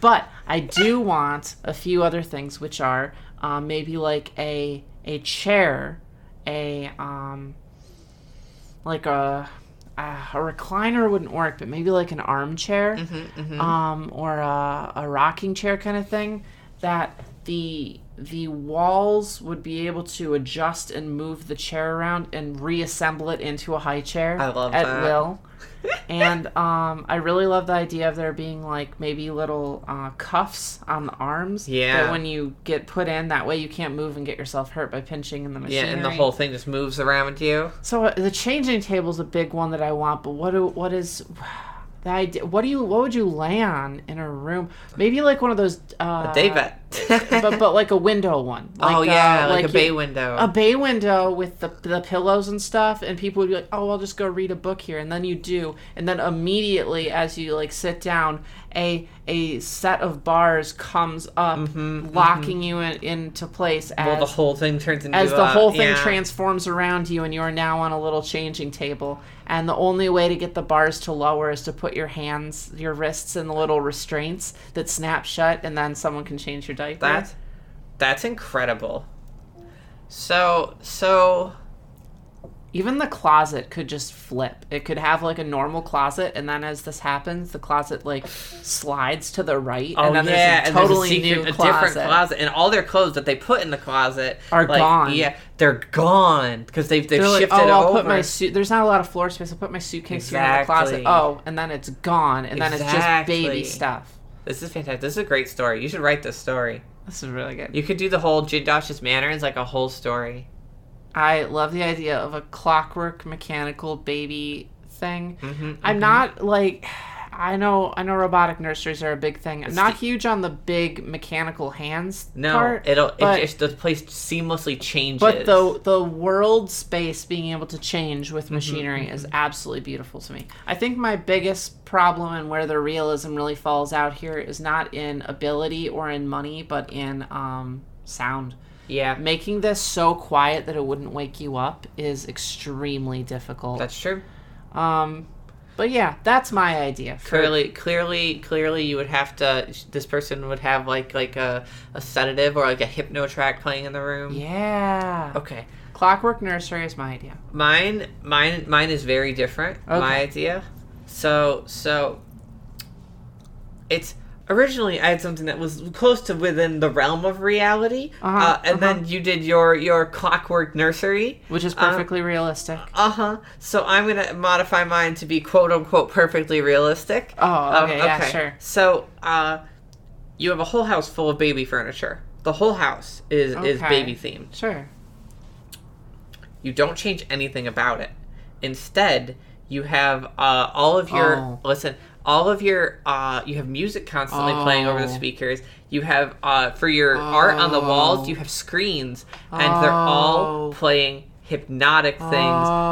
Speaker 2: but I do want a few other things, which are um, maybe like a a chair, a um, like a uh, a recliner wouldn't work, but maybe like an armchair,
Speaker 3: Mm-hmm,
Speaker 2: um, or a, a rocking chair kind of thing that the the walls would be able to adjust and move the chair around and reassemble it into a high chair
Speaker 3: I love
Speaker 2: at
Speaker 3: that.
Speaker 2: will and um, I really love the idea of there being like maybe little uh, cuffs on the arms.
Speaker 3: Yeah.
Speaker 2: That when you get put in, that way you can't move and get yourself hurt by pinching in the
Speaker 3: Yeah,
Speaker 2: machinery.
Speaker 3: and the whole thing just moves around you.
Speaker 2: So uh, the changing table is a big one that I want. But what do what is *sighs* the idea? What do you what would you lay on in a room? Maybe like one of those uh,
Speaker 3: day bed. *laughs*
Speaker 2: but but like a window one. Like,
Speaker 3: oh yeah,
Speaker 2: uh,
Speaker 3: like, a bay
Speaker 2: you-
Speaker 3: window.
Speaker 2: a bay window with the the pillows and stuff, and people would be like, "Oh, I'll just go read a book here," and then you do, and then immediately as you like sit down, a a set of bars comes up, locking you in, into place as
Speaker 3: well, the whole thing turns into
Speaker 2: as the
Speaker 3: a-
Speaker 2: whole thing
Speaker 3: yeah.
Speaker 2: transforms around you and you're now on a little changing table and the only way to get the bars to lower is to put your hands your wrists in the little restraints that snap shut and then someone can change your diaper
Speaker 3: That's that's incredible. So so
Speaker 2: even the closet could just flip it could have like a normal closet and then as this happens the closet like slides to the right
Speaker 3: oh
Speaker 2: and then
Speaker 3: yeah,
Speaker 2: there's a
Speaker 3: and there's
Speaker 2: totally
Speaker 3: secret-
Speaker 2: new
Speaker 3: a
Speaker 2: closet,
Speaker 3: different closet, and all their clothes that they put in the closet
Speaker 2: Are
Speaker 3: like,
Speaker 2: gone.
Speaker 3: Yeah, they're gone because they've they've
Speaker 2: They're like,
Speaker 3: shifted
Speaker 2: oh, I'll
Speaker 3: over.
Speaker 2: put my suit. There's not a lot of floor space. I'll put my suitcase here in
Speaker 3: Exactly.
Speaker 2: the closet. Oh, and then it's gone, and then it's just
Speaker 3: Exactly.
Speaker 2: baby stuff.
Speaker 3: this is fantastic. This is a great story. You should write this story.
Speaker 2: This is really good.
Speaker 3: You could do the whole Jin Dosh's Manor is like a whole story.
Speaker 2: I love the idea of a clockwork mechanical baby thing.
Speaker 3: Mhm,
Speaker 2: I'm not like I know I know robotic nurseries are a big thing. I'm not huge on the big mechanical hands
Speaker 3: No,
Speaker 2: part,
Speaker 3: it'll it,
Speaker 2: but-
Speaker 3: it's the place seamlessly changes.
Speaker 2: but the the world space being able to change with
Speaker 3: Mm-hmm,
Speaker 2: machinery is absolutely beautiful to me. I think my biggest problem and where the realism really falls out here is not in ability or in money, but in um, sound.
Speaker 3: yeah,
Speaker 2: Making this so quiet that it wouldn't wake you up is extremely difficult.
Speaker 3: that's true.
Speaker 2: um, but yeah, that's my idea. for-
Speaker 3: Clearly, clearly, clearly, you would have to. This person would have like like a, a sedative or like a hypno track playing in the room.
Speaker 2: Yeah.
Speaker 3: Okay,
Speaker 2: Clockwork Nursery is my idea.
Speaker 3: mine, mine, mine is very different. My
Speaker 2: Okay.
Speaker 3: idea. So, so. It's originally I had something that was close to within the realm of reality, uh
Speaker 2: Uh-huh,
Speaker 3: and then you did your your clockwork nursery.
Speaker 2: Which is
Speaker 3: Uh,
Speaker 2: perfectly realistic.
Speaker 3: Uh huh. So I'm gonna modify mine to be quote unquote perfectly realistic.
Speaker 2: Oh,
Speaker 3: Um,
Speaker 2: okay, yeah, sure.
Speaker 3: So uh, you have a whole house full of baby furniture. The whole house is is
Speaker 2: Okay.
Speaker 3: baby themed.
Speaker 2: Sure.
Speaker 3: You don't change anything about it. Instead, you have uh, all of your
Speaker 2: Oh.
Speaker 3: listen. All of your uh, you have music constantly playing over the
Speaker 2: Oh.
Speaker 3: speakers. You have uh, for your art on the walls.
Speaker 2: Oh.
Speaker 3: You have screens, and they're all
Speaker 2: Oh.
Speaker 3: playing hypnotic things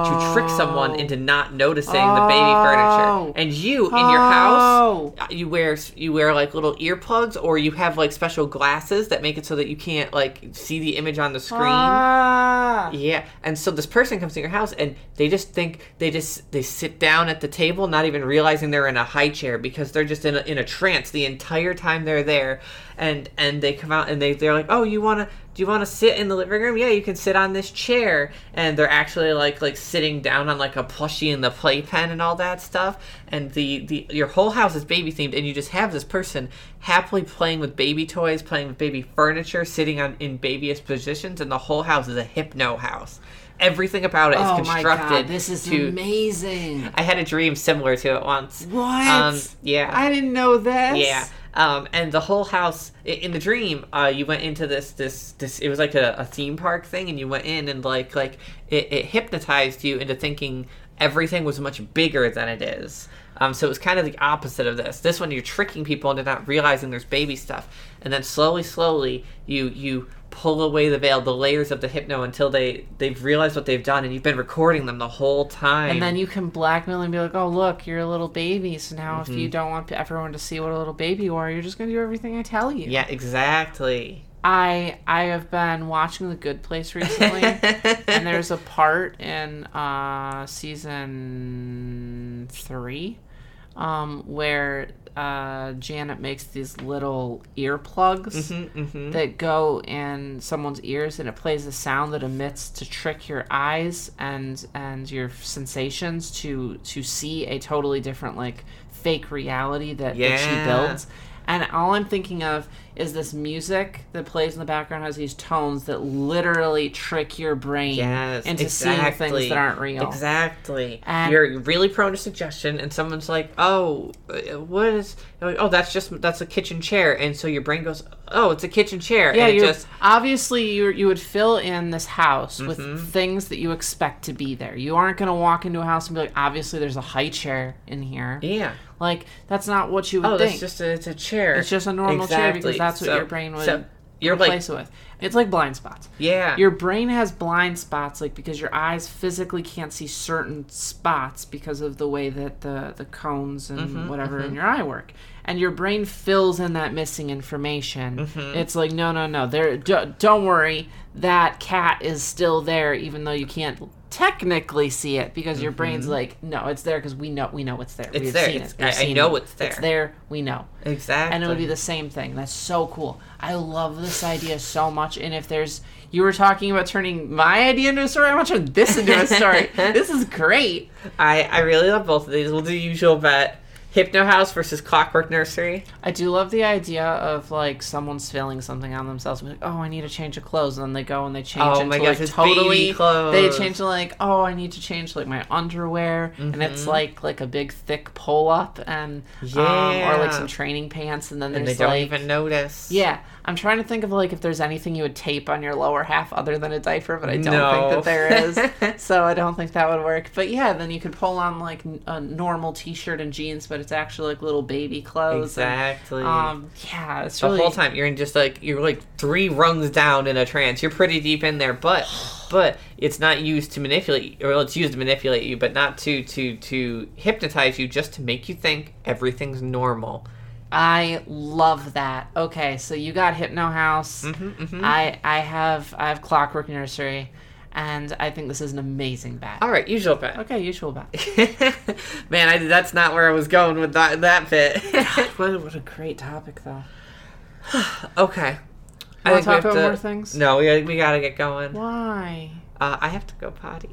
Speaker 3: to trick someone
Speaker 2: Oh.
Speaker 3: into not noticing the baby furniture.
Speaker 2: Oh.
Speaker 3: And you in your house,
Speaker 2: Oh.
Speaker 3: uh, you wear you wear like little earplugs, or you have like special glasses that make it so that you can't like see the image on the screen.
Speaker 2: Ah.
Speaker 3: Yeah, and so this person comes to your house and they just think they just they sit down at the table, not even realizing they're in a high chair because they're just in a, in a trance the entire time they're there, and and they come out and they they're like, oh, you wanna do you wanna sit in the living room? Yeah, you can sit on this chair, and they're actually like like sitting down on like a plushie in the playpen and all that stuff, and the the your whole house is baby themed, and you just have this person happily playing with baby toys, playing with baby furniture, sitting on in babyish positions, and the whole house is a hypno house. Everything about it is
Speaker 2: Oh my
Speaker 3: constructed.
Speaker 2: god, this is
Speaker 3: to,
Speaker 2: amazing.
Speaker 3: *laughs* I had a dream similar to it once.
Speaker 2: What?
Speaker 3: Um, yeah.
Speaker 2: I didn't know this.
Speaker 3: Yeah. Um, and the whole house i- in the dream, uh, you went into this this this. It was like a, a theme park thing, and you went in and like like it, it hypnotized you into thinking everything was much bigger than it is. Um, so it was kind of the opposite of this. This one, you're tricking people into not realizing there's baby stuff, and then slowly, slowly, you you pull away the veil, the layers of the hypno, until they they've realized what they've done, and you've been recording them the whole time.
Speaker 2: And then you can blackmail and be like, "Oh, look, you're a little baby. So now,
Speaker 3: Mm-hmm.
Speaker 2: if you don't want everyone to see what a little baby you are, you're just gonna do everything I tell you."
Speaker 3: yeah, exactly.
Speaker 2: I I have been watching The Good Place recently, and there's a part in uh, season three um, where uh, Janet makes these little earplugs
Speaker 3: mm-hmm.
Speaker 2: that go in someone's ears and it plays a sound that emits to trick your eyes and and your sensations to to see a totally different like fake reality that, that
Speaker 3: Yeah.
Speaker 2: she builds and all i'm thinking of is this music that plays in the background has these tones that literally trick your brain
Speaker 3: yes,
Speaker 2: into seeing
Speaker 3: exactly.
Speaker 2: things that aren't real
Speaker 3: Exactly.
Speaker 2: And-
Speaker 3: You're really prone to suggestion, and someone's like, "Oh, uh, what is? you're like, Oh, that's just that's a kitchen chair," and so your brain goes, "Oh, it's a kitchen chair."
Speaker 2: yeah
Speaker 3: and it
Speaker 2: you
Speaker 3: just
Speaker 2: just obviously you you would fill in this house
Speaker 3: Mm-hmm.
Speaker 2: with things that you expect to be there you aren't going to walk into a house and be like obviously there's a high chair in here
Speaker 3: yeah.
Speaker 2: Like that's not what you would
Speaker 3: Oh,
Speaker 2: think.
Speaker 3: that's just a, it's a chair.
Speaker 2: it's just a normal chair because
Speaker 3: Exactly.
Speaker 2: that's that's what
Speaker 3: So-
Speaker 2: your brain would
Speaker 3: so you're like-
Speaker 2: replace it with. It's like blind spots.
Speaker 3: Yeah.
Speaker 2: Your brain has blind spots, like because your eyes physically can't see certain spots because of the way that the the cones and
Speaker 3: Mm-hmm,
Speaker 2: whatever in your eye work, and your brain fills in that missing information.
Speaker 3: Mm-hmm.
Speaker 2: It's like no, no, no. There, d- don't worry. That cat is still there, even though you can't technically see it because your brain's like, no, it's there because we know we know it's there.
Speaker 3: Mm-hmm. It's
Speaker 2: We've
Speaker 3: there.
Speaker 2: Seen
Speaker 3: It's-
Speaker 2: it. We've
Speaker 3: I- I
Speaker 2: seen
Speaker 3: know
Speaker 2: it.
Speaker 3: it's there."
Speaker 2: It's there. We know
Speaker 3: exactly.
Speaker 2: and it would be the same thing. That's so cool. I love this idea so much. And if there's, you were talking about turning my idea into a story, I want to turn this into a story.
Speaker 3: *laughs*
Speaker 2: this is great.
Speaker 3: I, I really love both of these. We'll do usual bet. Hypno House versus Clockwork Nursery.
Speaker 2: I do love the idea of like someone's feeling something on themselves. and be like, oh, I need to change of clothes, and then they go and they change
Speaker 3: Oh
Speaker 2: into
Speaker 3: my gosh,
Speaker 2: like
Speaker 3: it's
Speaker 2: totally.
Speaker 3: baby clothes.
Speaker 2: They change to like, oh, I need to change like my underwear, and it's
Speaker 3: Mm-hmm.
Speaker 2: like like a big thick pull up and um, or
Speaker 3: Yeah.
Speaker 2: like some training pants, and then
Speaker 3: And
Speaker 2: there's
Speaker 3: they don't
Speaker 2: like
Speaker 3: even notice.
Speaker 2: Yeah, I'm trying to think of like if there's anything you would tape on your lower half other than a diaper, but I don't
Speaker 3: No.
Speaker 2: think that
Speaker 3: *laughs*
Speaker 2: there is. so I don't think that would work. But yeah, then you could pull on like n- a normal t-shirt and jeans, but it's actually like little baby clothes. and,
Speaker 3: Exactly.
Speaker 2: um, yeah, it's
Speaker 3: the
Speaker 2: really
Speaker 3: whole time you're in just like you're like three rungs down in a trance. You're pretty deep in there,
Speaker 2: *sighs*
Speaker 3: but but it's not used to manipulate or it's used to manipulate you, but not to to to hypnotize you just to make you think everything's normal.
Speaker 2: I love that. Okay, so you got Hypno House.
Speaker 3: Mm-hmm,
Speaker 2: I I have I have Clockwork Nursery, and I think this is an amazing bat.
Speaker 3: All right, usual bet.
Speaker 2: Okay, usual bat.
Speaker 3: *laughs* Man, I, that's not where I was going with that, that
Speaker 2: *laughs*
Speaker 3: bit.
Speaker 2: what, what a great topic though.
Speaker 3: okay.
Speaker 2: You
Speaker 3: think
Speaker 2: wanna
Speaker 3: we
Speaker 2: talk
Speaker 3: have
Speaker 2: about
Speaker 3: to-
Speaker 2: more things?
Speaker 3: No, we, we gotta get going.
Speaker 2: Why?
Speaker 3: Uh, I have to go potty.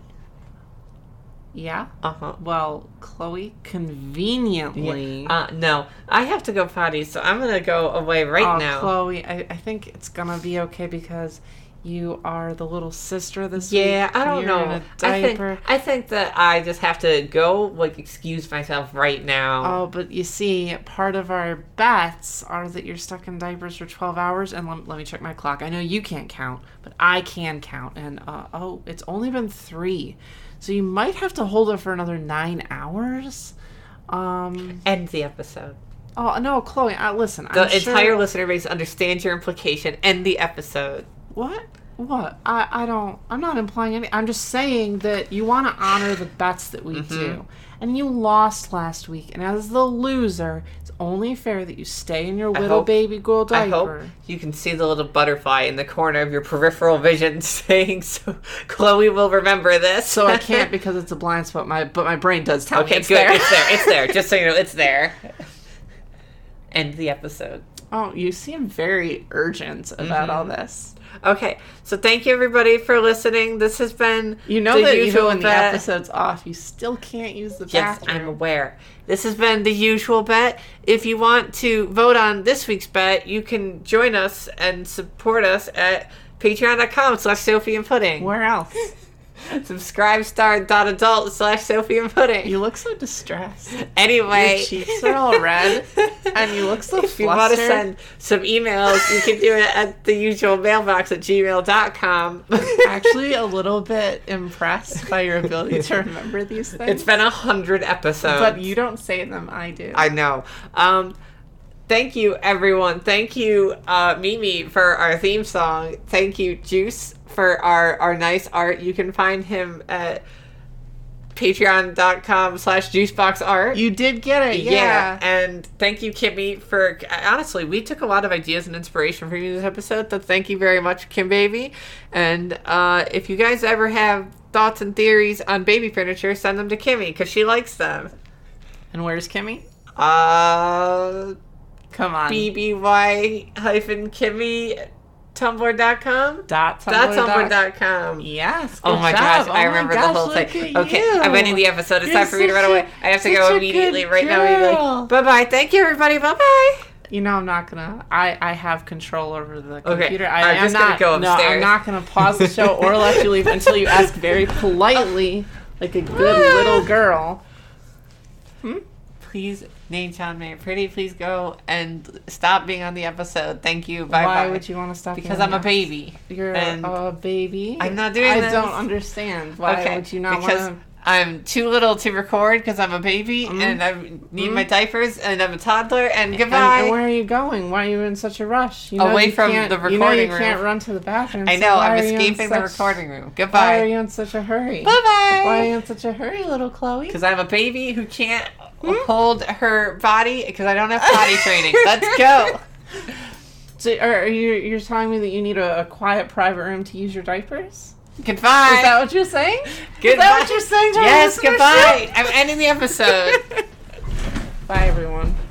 Speaker 2: Yeah.
Speaker 3: Uh huh.
Speaker 2: Well, Chloe conveniently.
Speaker 3: Uh, no, I have to go potty, so I'm gonna go away right
Speaker 2: Oh,
Speaker 3: now.
Speaker 2: Chloe, I, I think it's gonna be okay because you are the little sister this week.
Speaker 3: Yeah, I
Speaker 2: and
Speaker 3: don't
Speaker 2: you're
Speaker 3: know.
Speaker 2: in a
Speaker 3: I think
Speaker 2: diaper.
Speaker 3: I think that I just have to go like excuse myself right now.
Speaker 2: Oh, but you see, part of our bets are that you're stuck in diapers for 12 hours. And lem- let, me check my clock. I know you can't count, but I can count. And uh, oh, it's only been three. So you might have to hold it for another nine hours. Um.
Speaker 3: End the episode.
Speaker 2: Oh no, Chloe. I, listen.
Speaker 3: The
Speaker 2: I'm sure-
Speaker 3: entire listener base understands your implication. End the episode.
Speaker 2: What? What? I, I don't. I'm not implying any. I'm just saying that you want to honor the bets that we
Speaker 3: Mm-hmm.
Speaker 2: do. And you lost last week. And as the loser, it's only fair that you stay in your little
Speaker 3: hope-
Speaker 2: baby girl
Speaker 3: I
Speaker 2: diaper.
Speaker 3: hope you can see the little butterfly in the corner of your peripheral vision *laughs* saying so Chloe will remember this.
Speaker 2: So
Speaker 3: *laughs*
Speaker 2: I can't because it's a blind spot. My but my brain does tell
Speaker 3: Okay,
Speaker 2: me it's
Speaker 3: good. *laughs*
Speaker 2: there.
Speaker 3: It's there. It's there. Just so you know, it's there. End the episode.
Speaker 2: oh, you seem very urgent about all
Speaker 3: Mm-hmm.
Speaker 2: this.
Speaker 3: Okay, so thank you everybody for listening. This has been
Speaker 2: You know
Speaker 3: the
Speaker 2: that even
Speaker 3: usual
Speaker 2: when the
Speaker 3: bet.
Speaker 2: episode's off, you still can't use the
Speaker 3: Yes,
Speaker 2: bathroom.
Speaker 3: I'm aware. This has been the usual bet. If you want to vote on this week's bet, you can join us and support us at patreon.com slash Sophie and Pudding. *laughs*
Speaker 2: Where else?
Speaker 3: Subscribe star dot adult slash Sophie and Pudding.
Speaker 2: You look so distressed.
Speaker 3: anyway.
Speaker 2: Your cheeks are all red, and you look
Speaker 3: *laughs*
Speaker 2: so
Speaker 3: If you want to
Speaker 2: flustered.
Speaker 3: send some emails, you can do it at the usual mailbox at gmail.com.
Speaker 2: *laughs* actually a little bit impressed by your ability to *laughs* remember these things.
Speaker 3: it's been a hundred episodes.
Speaker 2: but you don't say them, I do.
Speaker 3: I know. Um, thank you, everyone. Thank you, uh, Mimi, for our theme song. Thank you, Juice, for our, our nice art. You can find him at patreon.com slash juiceboxart.
Speaker 2: you did get it, yeah.
Speaker 3: And thank you, Kimmy, for honestly, we took a lot of ideas and inspiration from you this episode. So thank you very much, Kim Baby. And uh, if you guys ever have thoughts and theories on baby furniture, send them to Kimmy because she likes them.
Speaker 2: And where's Kimmy?
Speaker 3: Uh,
Speaker 2: Come on.
Speaker 3: bby hyphen kimmy tumblr.com
Speaker 2: dot
Speaker 3: dot
Speaker 2: tumblr dot-
Speaker 3: tumblr.com
Speaker 2: Yes.
Speaker 3: Oh
Speaker 2: good
Speaker 3: my
Speaker 2: job.
Speaker 3: gosh, I
Speaker 2: Oh my
Speaker 3: remember
Speaker 2: gosh,
Speaker 3: the whole
Speaker 2: look
Speaker 3: thing.
Speaker 2: at
Speaker 3: Okay,
Speaker 2: you.
Speaker 3: I'm ending the episode. It's
Speaker 2: You're
Speaker 3: time for me to
Speaker 2: such
Speaker 3: run
Speaker 2: a-
Speaker 3: away. I have to
Speaker 2: such
Speaker 3: go
Speaker 2: a
Speaker 3: immediately
Speaker 2: good
Speaker 3: right now.
Speaker 2: girl.
Speaker 3: Bye bye. Thank you, everybody. Bye bye.
Speaker 2: You know I'm not gonna. I I have control over the
Speaker 3: Okay,
Speaker 2: computer. I
Speaker 3: I'm
Speaker 2: am
Speaker 3: just gonna
Speaker 2: not,
Speaker 3: go
Speaker 2: No, I'm
Speaker 3: upstairs.
Speaker 2: not gonna pause the show or let you leave until you
Speaker 3: *laughs*
Speaker 2: ask very politely, like a good
Speaker 3: Ah.
Speaker 2: little girl.
Speaker 3: Please, name John Mayer Pretty, please go and stop being on the episode. Thank you. Bye
Speaker 2: Why
Speaker 3: bye.
Speaker 2: would you want to stop?
Speaker 3: because
Speaker 2: doing
Speaker 3: I'm a
Speaker 2: that?
Speaker 3: baby.
Speaker 2: You're
Speaker 3: And-
Speaker 2: a baby.
Speaker 3: I'm not doing
Speaker 2: I
Speaker 3: this.
Speaker 2: don't understand. Why would you not
Speaker 3: because
Speaker 2: want
Speaker 3: I'm too little to record because I'm a baby and I need my diapers and I'm a toddler Mm-hmm. and
Speaker 2: And,
Speaker 3: goodbye.
Speaker 2: and where are you going? Why are you in such a rush? You know
Speaker 3: Away
Speaker 2: you
Speaker 3: from
Speaker 2: can't-
Speaker 3: the
Speaker 2: You know you
Speaker 3: recording room.
Speaker 2: can't run to the bathroom.
Speaker 3: I
Speaker 2: so
Speaker 3: know
Speaker 2: why
Speaker 3: I'm
Speaker 2: are you in
Speaker 3: escaping the
Speaker 2: such-
Speaker 3: recording room.
Speaker 2: Why are
Speaker 3: Goodbye.
Speaker 2: you in such a hurry?
Speaker 3: Bye
Speaker 2: Why are
Speaker 3: bye.
Speaker 2: you in such a hurry, little Chloe?
Speaker 3: Because I'm a baby who can't
Speaker 2: Hmm?
Speaker 3: hold her body because I don't have potty
Speaker 2: *laughs*
Speaker 3: training. Let's go.
Speaker 2: So are, are you you're telling me that you need a, a quiet private room to use your diapers?
Speaker 3: Goodbye.
Speaker 2: Is that what you're saying?
Speaker 3: goodbye.
Speaker 2: Is that what you're saying? to our
Speaker 3: yes.
Speaker 2: listenership? *laughs*
Speaker 3: Goodbye. I'm ending the episode.
Speaker 2: Bye, everyone.